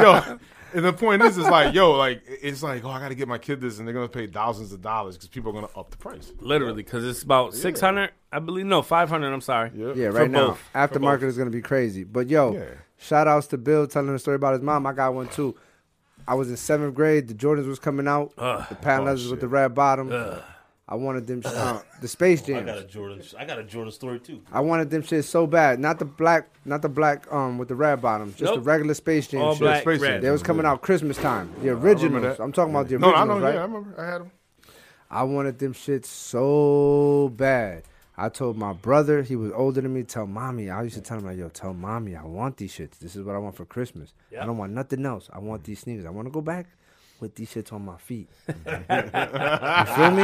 yo, and the point is, is like, yo, like it's like, oh, I got to get my kid this, and they're gonna pay thousands of dollars because people are gonna up the price.
Literally, because it's about 600, I believe. No, 500, I'm sorry.
Yeah,
For
right now.
both.
Aftermarket is gonna be crazy. But yo,
Yeah.
shout outs to Bill telling the story about his mom. I got one too. I was in seventh grade. The Jordans was coming out.
Ah.
the patent
Oh,
leathers with the red bottom. I wanted them. Uh, the Space
Oh,
I got a
Jams.
Jordan. I got a Jordan story too.
I wanted them shit so bad. Not the black. Not the black. Um, with the red bottom. Just the
Nope.
regular Space Jam.
All
shit.
black,
Space
red.
They was coming out Christmas time. The originals.
that.
I'm talking about the
No, I
originals,
know.
right?
Yeah, I remember. I had them.
I wanted them shit so bad. I told my brother, he was older than me, tell mommy. I used to tell him, like, yo, tell mommy, I want these shits. This is what I want for Christmas. I don't want nothing else. I want these sneakers. I want to go back with these shits on my feet. you feel me?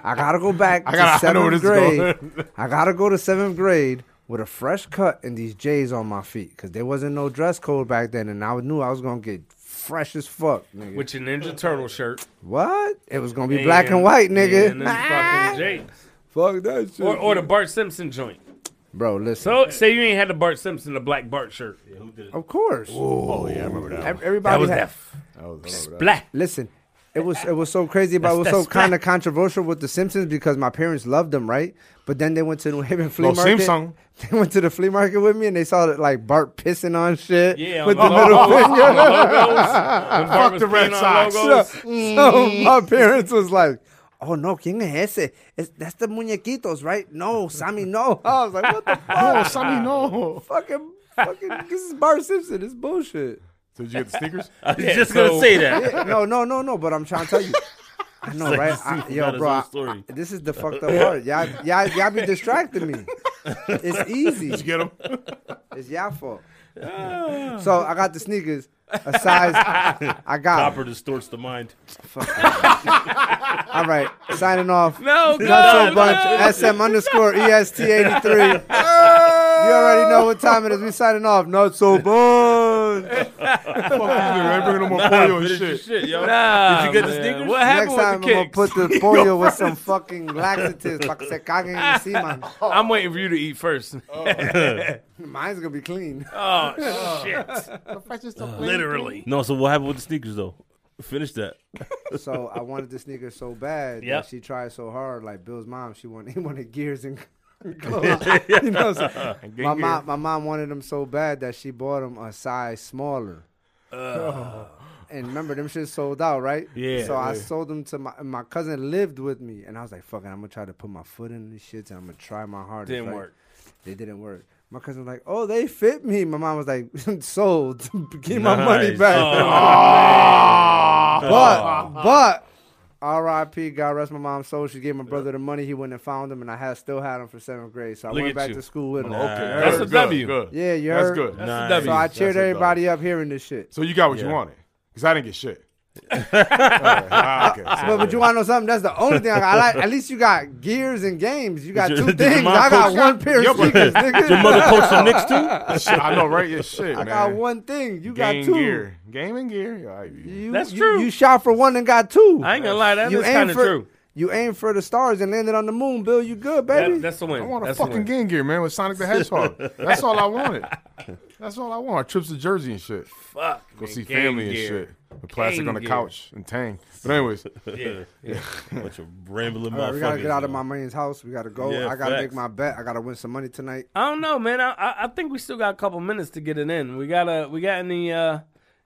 I gotta go back
gotta- I know
to seventh
where this is
grade. I gotta go to seventh grade with a fresh cut and these J's on my feet because there wasn't no dress code back then, and I knew I was gonna get fresh as fuck, nigga.
With your Ninja Turtle shirt.
what? It was gonna be black and white, nigga. Ah.
And then fucking Jake.
Fuck that shit,
Or, or the Bart Simpson joint.
bro. Listen,
So say you ain't had the Bart Simpson, the black Bart shirt.
of course,
Oh yeah, I remember that.
Ev- everybody
That was
had-
that
I was, I remember
black.
Listen, it was it was so crazy, but it was
That's-
so
that's fact.
kind of controversial with the Simpsons because my parents loved them, right? But then they went to the New Haven flea
Los
market.
Simpson.
They went to the flea market with me and they saw that like Bart pissing on shit
Yeah,
with the
on
middle
logos,
finger.
on logos, when Bart was
the Red
peeing on
Sox.
logos.
so my parents was like, "Oh no, quién es ese? Es, that's the muñequitos, right? No, Sammy, no." I was like, "What the
that.
fuck?
Oh, Sammy, no.
fucking, fucking, this is Bart Simpson. It's bullshit."
So did you get the sneakers?
I was
Yeah,
just
so-
gonna say that.
Yeah, Eh, no, no, no, no. But I'm trying to tell you. I know,
like
right?
the
I,
sequel got
yo,
his
bro,
own
I-
story.
I- this is the fucked up part. Y'all, y'all, y'all be distracting me. It's
Did
easy.
you get them?
It's y'all fault. So I got the sneakers, a size. I got. 'em.
Copper distorts the mind.
All right, signing off.
No,
Nutso
God,
bunch.
no.
SM underscore E est eighty three. You already know what time it is. We signing off. Nutso bunch.
Fuck you, I ain't bringing no more polio and shit.
yo.
Nah,
Did you get the
man.
sneakers?
What
Next
happened
time
with
I'm
the
gonna
kicks?
put the polio with some fucking laxatives. Pa' que se caguen encima.
I'm waiting for you to eat first.
Mine's gonna be clean.
Oh shit!
Uh,
Literally.
No, so what happened with the sneakers though? Finish that.
So I wanted the sneaker so bad
Yep.
that she tried so hard. Like Bill's mom, she wanted he wanted gears and clothes. you know, what I'm saying? my mom, my mom wanted them so bad that she bought them a size smaller. And remember, them shit sold out, right?
Yeah.
So I sold them to my my cousin lived with me, and I was like, "Fuck it, I'm gonna try to put my foot in these shits, and I'm gonna try my hardest."
Didn't
right?
work.
They didn't work. My cousin was like, "Oh, they fit me." My mom was like, "Sold, give my money
Nice.
back."
Oh.
But but R.I.P. God rest my mom's soul. She gave my brother the money. He wouldn't have found him, and I had still had him for seventh grade. So I
Look
went
at
back
you.
to school with him.
That's a
Good,
W.
Good.
Yeah, you
That's
heard?
good.
Nice.
So I cheered
That's a
everybody up hearing this shit.
So you got what you
Yeah.
wanted, cause I didn't get shit. All right. Ah, okay. So-
But, but you want to know something? That's the only thing I got. I like, at least you got gears and games. You got
Did
two
your-
things.
did your mom
I got
coach
one pair
Yo,
of
but-
sneakers,
dog. Your
nigga.
mother coached the Knicks too?
Shit, I know, right? Yeah, shit,
I
man.
got one thing. You
Game
got two.
gear, gaming gear. All right.
You,
That's
you-
true.
You, shot for one and got two.
I ain't gonna lie, that
you
is kind of
for,
true.
You aimed for the stars and landed on the moon, Bill. You good, baby?
That, that's the win.
I want a
that's
fucking
the win.
game gear, man, with Sonic the Hedgehog. That's all I wanted. That's all I want. Trips to Jersey and shit.
Fuck.
Go
man,
see
game
family and
gear.
shit. With plastic
Game
on the
gear.
couch and tang. But anyways,
Bunch of rambling
All right, we gotta
motherfuckers,
get out of
yo.
my man's house. We gotta go.
Yeah,
I gotta make
facts.
my bet. I gotta win some money tonight.
I don't know, man. I, I I think we still got a couple minutes to get it in. We got a we got any uh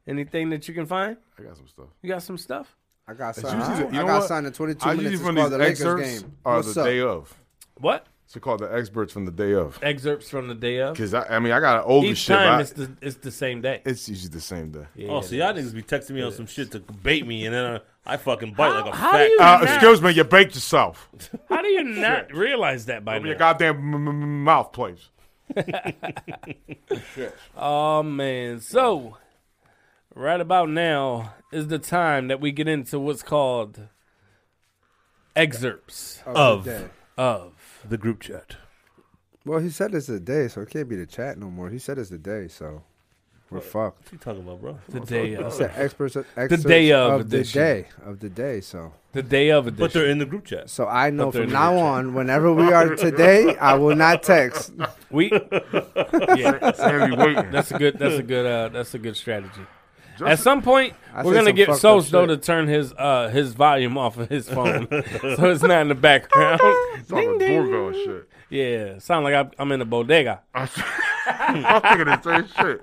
anything that you can find?
I got some stuff.
You got some stuff?
I got signed.
usually the- you
I
know
got
what?
signed in 22
I
minutes.
usually
It's
from
called
these
the Lakers
excerpts
game.
are
What's
the
up?
day of.
What
It's called the experts from the day of.
excerpts from the day of?
Cause I, I mean, I got an older
Each
shit.
time
But
it's
I-
the it's the same day.
it's usually the same day.
Oh, so y'all niggas be texting me on some shit to bait me, and then uh, I fucking bite like a
how do
fat.
you-
Uh,
Nah.
excuse me, you baked yourself.
How do you not realize that by
Open your
now?
goddamn m- m- m- mouth, please.
Oh man, so right about now is the time that we get into what's called excerpts
of
Day.
of.
the group chat.
Well, he said it's the day, so it can't be the chat no more. He said it's the day, so we're fucked.
What you talking about, bro?
The day
It's
of
the experts,
The day of
the
edition.
day of the day. So,
the day of edition.
But they're in the group chat.
so I know
But they're
from
in
now
the chat.
on, whenever we are today, I will not text.
we yeah,
Sandy waiting.
that's a good that's a good uh, that's a good strategy. At
Just-
some point,
I
we're
said
gonna
some
get
fucked
Sos
up
though to
shit.
turn his uh his volume off of his phone, so it's not in the background.
It's on the doorbell and shit.
yeah, sound like I'm, I'm in a bodega.
I'm thinking the same shit.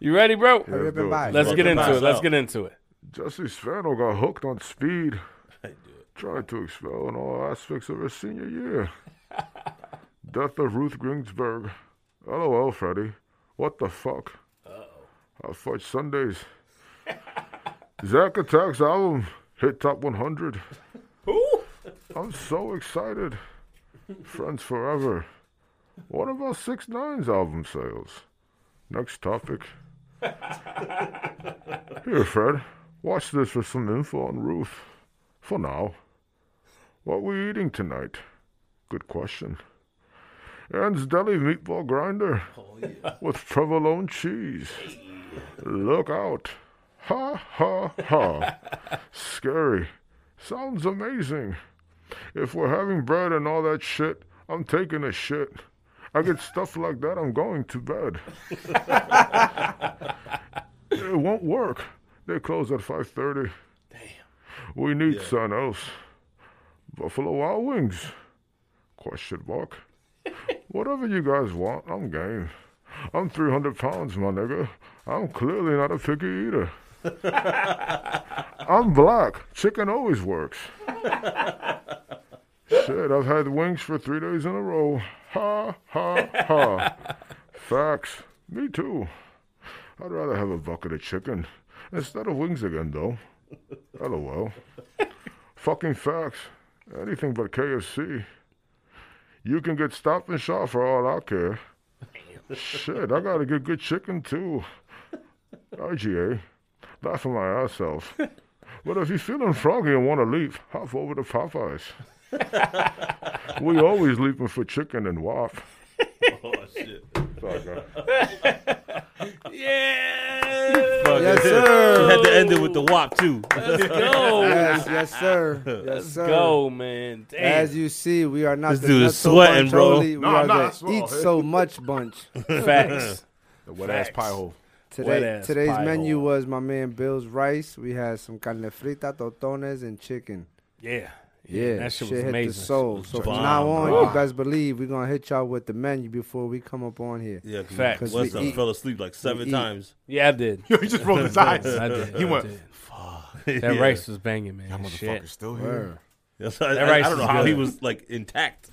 You ready, bro?
Hurry up and buy.
Let's
Fuck
get
it,
into it.
pass
Let's
out.
get into it.
Jesse Spano got hooked on speed, trying to excel in all aspects of his senior year. Death of Ruth Gringsberg. LOL, Freddy. What the fuck? I fight Sundays. Zack Attack's album hit top 100. I'm so excited. Friends Forever. One of our Six Nines album sales. Next topic. Here, Fred. Watch this with some info on Ruth. For now. What we eating tonight? Good question. Ann's Deli Meatball Grinder with provolone cheese. Look out. Ha ha ha. Scary. Sounds amazing. If we're having bread and all that shit, I'm taking a shit. I get stuff like that, I'm going to bed. it won't work. They close at 5.30. Damn. We need something else. Buffalo Wild Wings? Question mark. Whatever you guys want, I'm game. I'm 300 pounds, my nigga. I'm clearly not a picky eater. I'm black. Chicken always works. Shit, I've had wings for three days in a row. Ha, ha, ha. Facts. Me too. I'd rather have a bucket of chicken instead of wings again, though. LOL. Fucking facts. Anything but KFC. You can get stop and shop for all I care. Shit, I gotta get good chicken too. IGA. Laughing my ass off. But if you're feeling froggy and want to leave, hop over to Popeyes. we always leaping for chicken and wop. Oh shit.
Yeah.
Fuck,
Yes,
that's it.
sir.
You had to end it with the wop too.
Let's go.
Yes, yes, sir. Yes, sir.
Go, man. Damn.
As you see, we are not
This
the
dude is
nuts so bunch
sweating, bro.
only. We
Nah,
are
nah,
the
it's small,
eat
hey.
so much bunch.
Facts.
The wet ass
Facts.
pie hole.
Today,
Wet-ass
today's
pie
menu
hole.
was my man Bill's rice. We had some carne frita, totones, and chicken.
yeah.
Yeah,
that shit was
hit
amazing.
the soul. So from
bomb,
now on,
bro.
you guys believe we're gonna hit y'all with the menu before we come up on here.
Yeah,
Facts.
cause What's
We
up?
eat.
Fell asleep like seven
eat.
times.
Yeah, I did.
Yo, he just rolled his eyes.
I did.
He
I
went,
did. That
Yeah.
rice was banging, man.
That motherfucker's
Shit.
still here.
Word,
Yeah, so I,
That
I- I
rice
don't know
is
how he
good.
was like intact.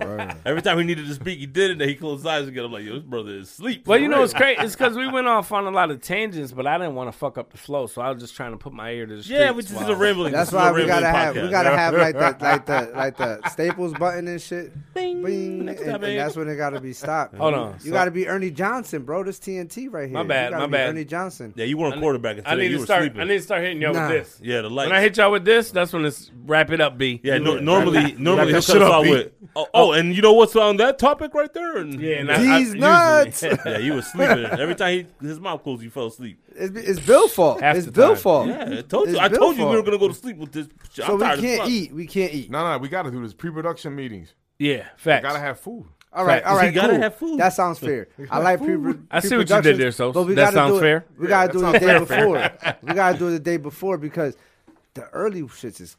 word.
Every time he needed to speak, he did it. Then he closed his eyes again. I'm like, yo, this brother is asleep.
Well, you know, it's great. It's because we went off on a lot of tangents, but I didn't want to fuck up the flow, so I was just trying to put my ear to the street.
yeah, which is a rambling.
That's
this is
why
a
we gotta
rambling
have we
podcast.
gotta have like the like the like the staples button and shit.
Bing.
Bing,
Next
and,
time,
and
babe.
that's when it gotta be stopped.
Hold on.
You
So-
gotta be Ernie Johnson, bro. This TNT right here.
My bad,
You gotta
my
be
bad.
Ernie Johnson.
Yeah, you weren't quarterback.
I need
you
to
were
start.
Sleeping.
I need to start hitting y'all
Nah.
with this.
yeah, the lights.
When I hit y'all with this, that's when it's wrap it up, B.
yeah, no, normally, normally he'll
that
cut
shit
us
up,
out
B.
with. Oh, oh, and you know what's on that topic right there? And,
yeah. And I, I,
These
usually-
nuts.
yeah, you was sleeping. Every time he, his mouth closed, you fell asleep.
It's, it's Bill's fault.
Half
it's
the
Bill's
time.
fault.
Yeah, I told
Oh, It's
you. I
Bill's
told you we were
fault.
gonna go to sleep with this. shit.
So
I'm
we
tired as
can't
fuck.
eat. We can't eat.
No, no, we got to do this pre-production meetings.
Yeah, facts.
Gotta have food.
All right,
Facts.
all
You
right.
gotta
cool.
have food.
That sounds fair. I like pre.
I see what you did there, Sos.
But we
That
gotta
sounds
do it-
fair.
We gotta
that
do it the day before. we gotta do it the day before because the early shits is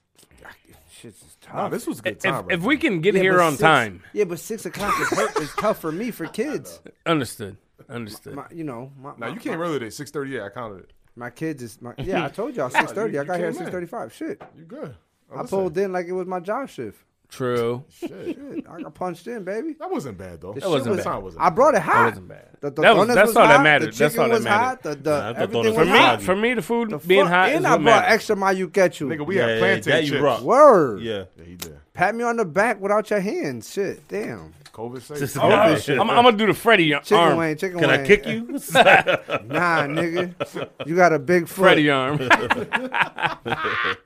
shits is tough.
Nah, this was a good
if,
time. right
if we can get
Yeah,
here
but
on
six-
time,
Yeah, but six o'clock is, hurt, is tough for me for kids.
understood. Understood.
My, you know, my,
now
my,
you came early today, six thirty. Yeah, I counted it.
my kids is my yeah. I told y'all six thirty.
you-
I got
you
here at
came
six
in.
thirty-five. Shit,
You good?
I pulled in like it was my job shift.
True.
Shit.
Shit, I got punched in, baby.
That wasn't bad though.
shit
wasn't
was-
bad.
wasn't
I brought it hot.
wasn't bad.
The
That was-
totones
that's
was
all that
hot,
mattered.
The
That's
chicken
all that
was
mattered.
hot. The, the,
I thought
everything
those
was
were
For me,
hot.
for me, the food
The
being
fuck-
hot is
and I
what
brought
matters.
extra mayukechu.
Nigga, we
Yeah,
had
yeah,
plantain
that you
chips.
rock.
Word.
Yeah.
Yeah, he did.
Pat me on the back without your hands. Shit, damn.
COVID safe.
Just
Oh,
about
yeah.
shit.
Uh, I'm, I'm gonna do the Freddy
Chicken
arm.
wing, chicken
Can
wing.
I kick you?
Nah, nigga. You got a big foot.
Freddy arm.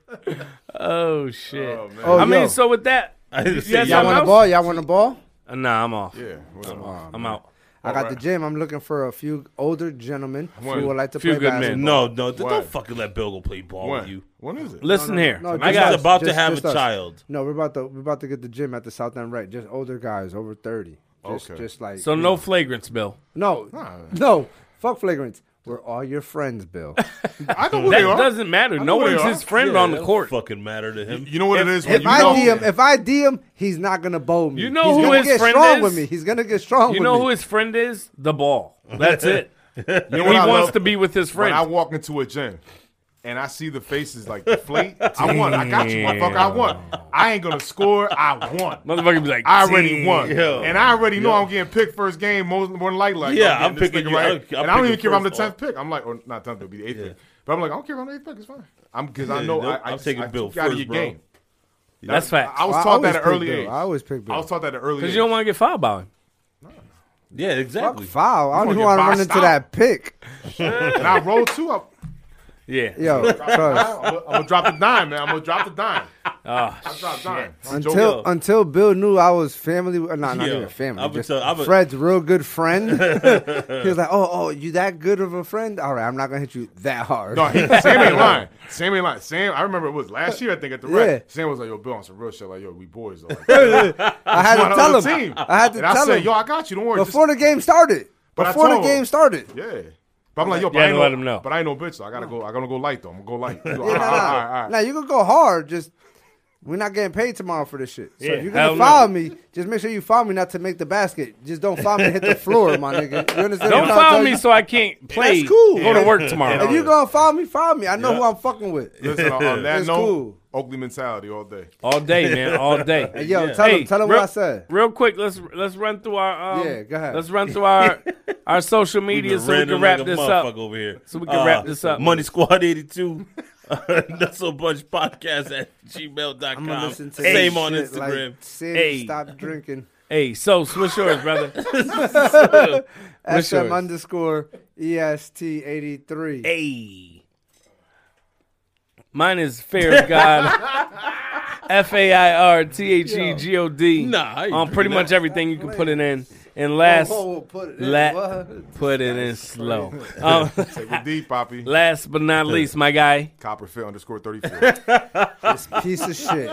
oh shit.
Oh, man.
Oh,
I mean,
yo.
so with that,
I didn't see
Yes,
y'all.
y'all want
else?
a ball? Y'all want a ball?
uh, nah, I'm off.
Oh, Yeah, whatever.
I'm out.
I got the
right.
gym. I'm looking for a few older gentlemen
One.
who would like to
Few
play
good men.
No,
basketball.
no, th-
Why?
don't fucking let Bill go play ball
when?
with you.
When is it?
Listen here.
no,
I
just
got
He's
us.
about to
Just-
have
just
a
us.
child.
No, we're about to we're about to get the gym at the South End right. Just older guys over thirty. Just
Okay.
just like
so no flagrants, Bill.
no no fuck flagrants. We're all your friends, Bill.
I know
That
where they are.
doesn't matter. No
where they
one's
are.
his friend
Yeah,
on
that
the
don't
court.
Fucking matter to him.
You know what it is. when
if
you
I
know-
DM if I DM, he's not gonna bowl me.
You know
he's
who
gonna
his
get
friend
strong
is?
with me. He's gonna get strong.
You
with
know
me.
who his friend is? The ball. That's it.
you know
he
what I
wants
love?
to be with his
When
friend.
I walk into a gym and I see the faces like deflate, I won. I got you, motherfucker. I won. I ain't gonna score. I won.
Motherfucker be like,
I already
"Damn."
won,
Yo.
and I already know I'm getting picked first game most more than likely. Like,
Yeah, I'm
getting this
picking
nigga
you.
right,
I'm- I'm
and I don't even
picking
care if I'm the
first off.
tenth pick. I'm like, or not tenth, it'll be the eighth pick. But I'm like, I don't care if I'm the eighth pick. It's fine. I'm because I
Yeah,
know
nope,
I, I
I'm
just-
taking
I
Bill
took you out of
first,
your
bro.
game.
That's fact.
I was
I
taught that at
always pick
early
Bill.
age.
I always pick Bill.
I was taught that at early
Because
age.
you don't want to get fouled by him.
Yeah,
Fuck
exactly.
foul. I don't
gonna
even
get
want to run
boxed
into
out.
that pick.
and I rolled two up.
Yeah.
Yo, cuz
I'm gonna drop the dime, man. I'm gonna drop the dime.
Ah,
I'll drop dime. I'm joking.
until until Bill knew I was family, uh, not not
Yo,
even family,
I would
just
tell- I would-
Fred's real good friend. he was like, "Oh, oh, you that good of a friend? All right, I'm not gonna hit you that hard."
No, he, Sam ain't lying. Sam ain't lying. Sam, I remember it was last year, I think, at the rec.
Yeah.
Sam was like, yo, Bill, on some real shit. Like, yo, we boys. Though. Like, I
I had to tell him. I had to
and
tell
I said,
him
yo, I got you. Don't worry. just-
before the game started.
But I
before the
told him.
game started.
yeah. But I'm like, yo, but
Yeah,
I ain't
let
no-
him know.
But I ain't no bitch, though. I gotta go. I gotta go light, though. I'm gonna go light. Yo, all
Yeah,
right,
nah,
all
nah.
right, all right.
Now you can go hard. Just we're not getting paid tomorrow for this shit. So
Yeah,
if you're
hell
gonna
no.
foul me, just make sure you foul me not to make the basket. Just don't foul me to hit the floor, my nigga. You understand?
Don't
what I'm trying to
foul
tell
me
you?
so I can't play.
That's cool.
Go to work tomorrow.
If you gonna foul me, foul me. I know who I'm fucking with.
Listen, on, on that
It's
note,
cool.
Oakley mentality all day.
all day, man. All day.
Hey, yo, tell him, tell him
real,
what I said.
Real quick, let's let's run through our um,
Yeah, go ahead.
Let's run through our our social media so we can
Random
wrap
like a
this
motherfucker
up.
over here. Uh,
So we can wrap this up.
Money Squad 82, Nuzzle Bunch Podcast at gmail.com.
I'm gonna listen to
Same
this
on
shit,
Instagram.
Like, Sid,
Hey.
stop drinking.
Hey, so what's yours, brother? What's
SM
yours?
underscore est eighty three.
Hey. Mine is Fair God. F A I R T H E G O D.
Nah, I ain't
On pretty
doing
much everything you can put it in. And last,
put it.
la-
Oh, What?
put it in slow. Um,
Take it deep, Poppy.
last but not least, my guy.
Copperfield underscore 34.
Piece of shit.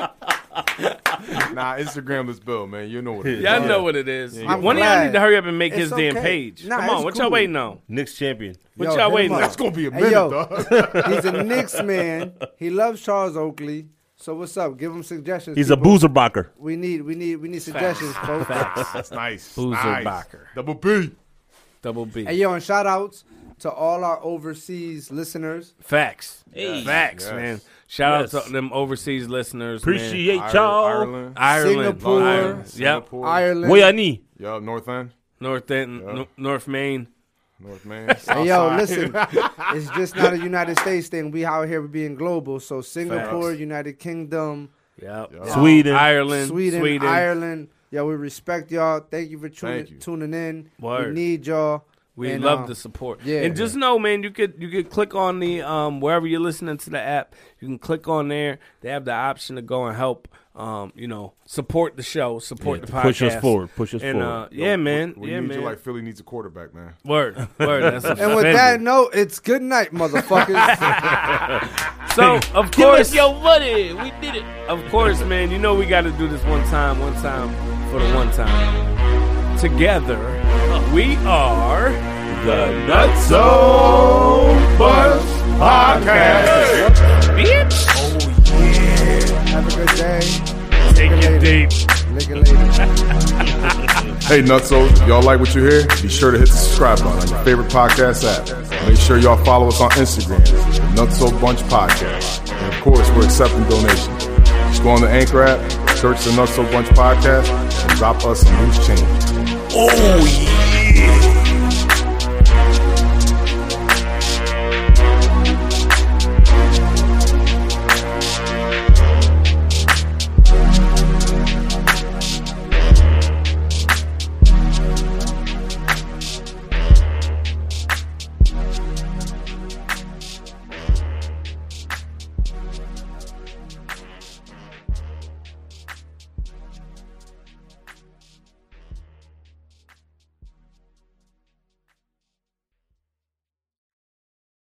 nah, Instagram this Bill, man. You know what it is.
Y'all know what it is.
I'm
One of y'all
glad.
need to hurry up and make
It's
his damn
okay.
page.
Nah,
Come on,
it's
what
cool.
y'all waiting on?
Knicks champion.
What
Yo, hit
y'all
him
waiting
up.
on?
That's gonna be a
Hey,
minute,
yo.
dog.
He's a Knicks man. He loves Charles Oakley. So what's up? Give him suggestions.
He's a
people.
boozerbacker.
We need, we need, we need suggestions, folks.
That's nice.
Boozer
nice.
Bakker.
Double P.
Double B.
Hey yo, and shout outs to all our overseas listeners.
Facts. Facts,
Yes.
man. Shout out
Yes.
to them overseas listeners. man.
Appreciate
Ire-
y'all.
Ireland.
Ireland,
Singapore.
Ireland. Yep.
Singapore.
Ireland.
What y'all need?
Yo, North End.
North End,
Yeah.
N- North Maine.
North Man.
Hey,
Southside.
yo, listen, it's just not a United States thing. We out here being global. So Singapore, United Kingdom,
Yep.
Sweden.
Ireland,
Sweden,
Sweden,
Ireland. Yo, we respect y'all. Thank you for tuning
Thank you.
tuning in. We
Word.
need y'all.
We
And,
love
uh,
the support.
yeah.
And just know, man, you could you could click on the um wherever you're listening to the app, you can click on there. They have the option to go and help um, you know, support the show, support
Yeah,
the
to
podcast.
push us forward, push us
and, Uh,
forward.
yeah, man.
We
yeah,
need
man.
you like Philly needs a quarterback, man.
word. Word. That's a
And with that note, it's good night, motherfuckers.
So of course, your money. We did it. Of course, man. You know we got to do this one time, one time for the one time. Together, we are the Nuts Bitch.
Have a good day.
Take it deep.
Lick it later.
Hey, Nutsos, y'all like what you hear? Be sure to hit the subscribe button on your favorite podcast app. Make sure y'all follow us on Instagram, the Nutso Bunch Podcast. And of course, we're accepting donations. Just go on the Anchor app, search the Nutso Bunch Podcast, and drop us some loose change.
Oh, yeah.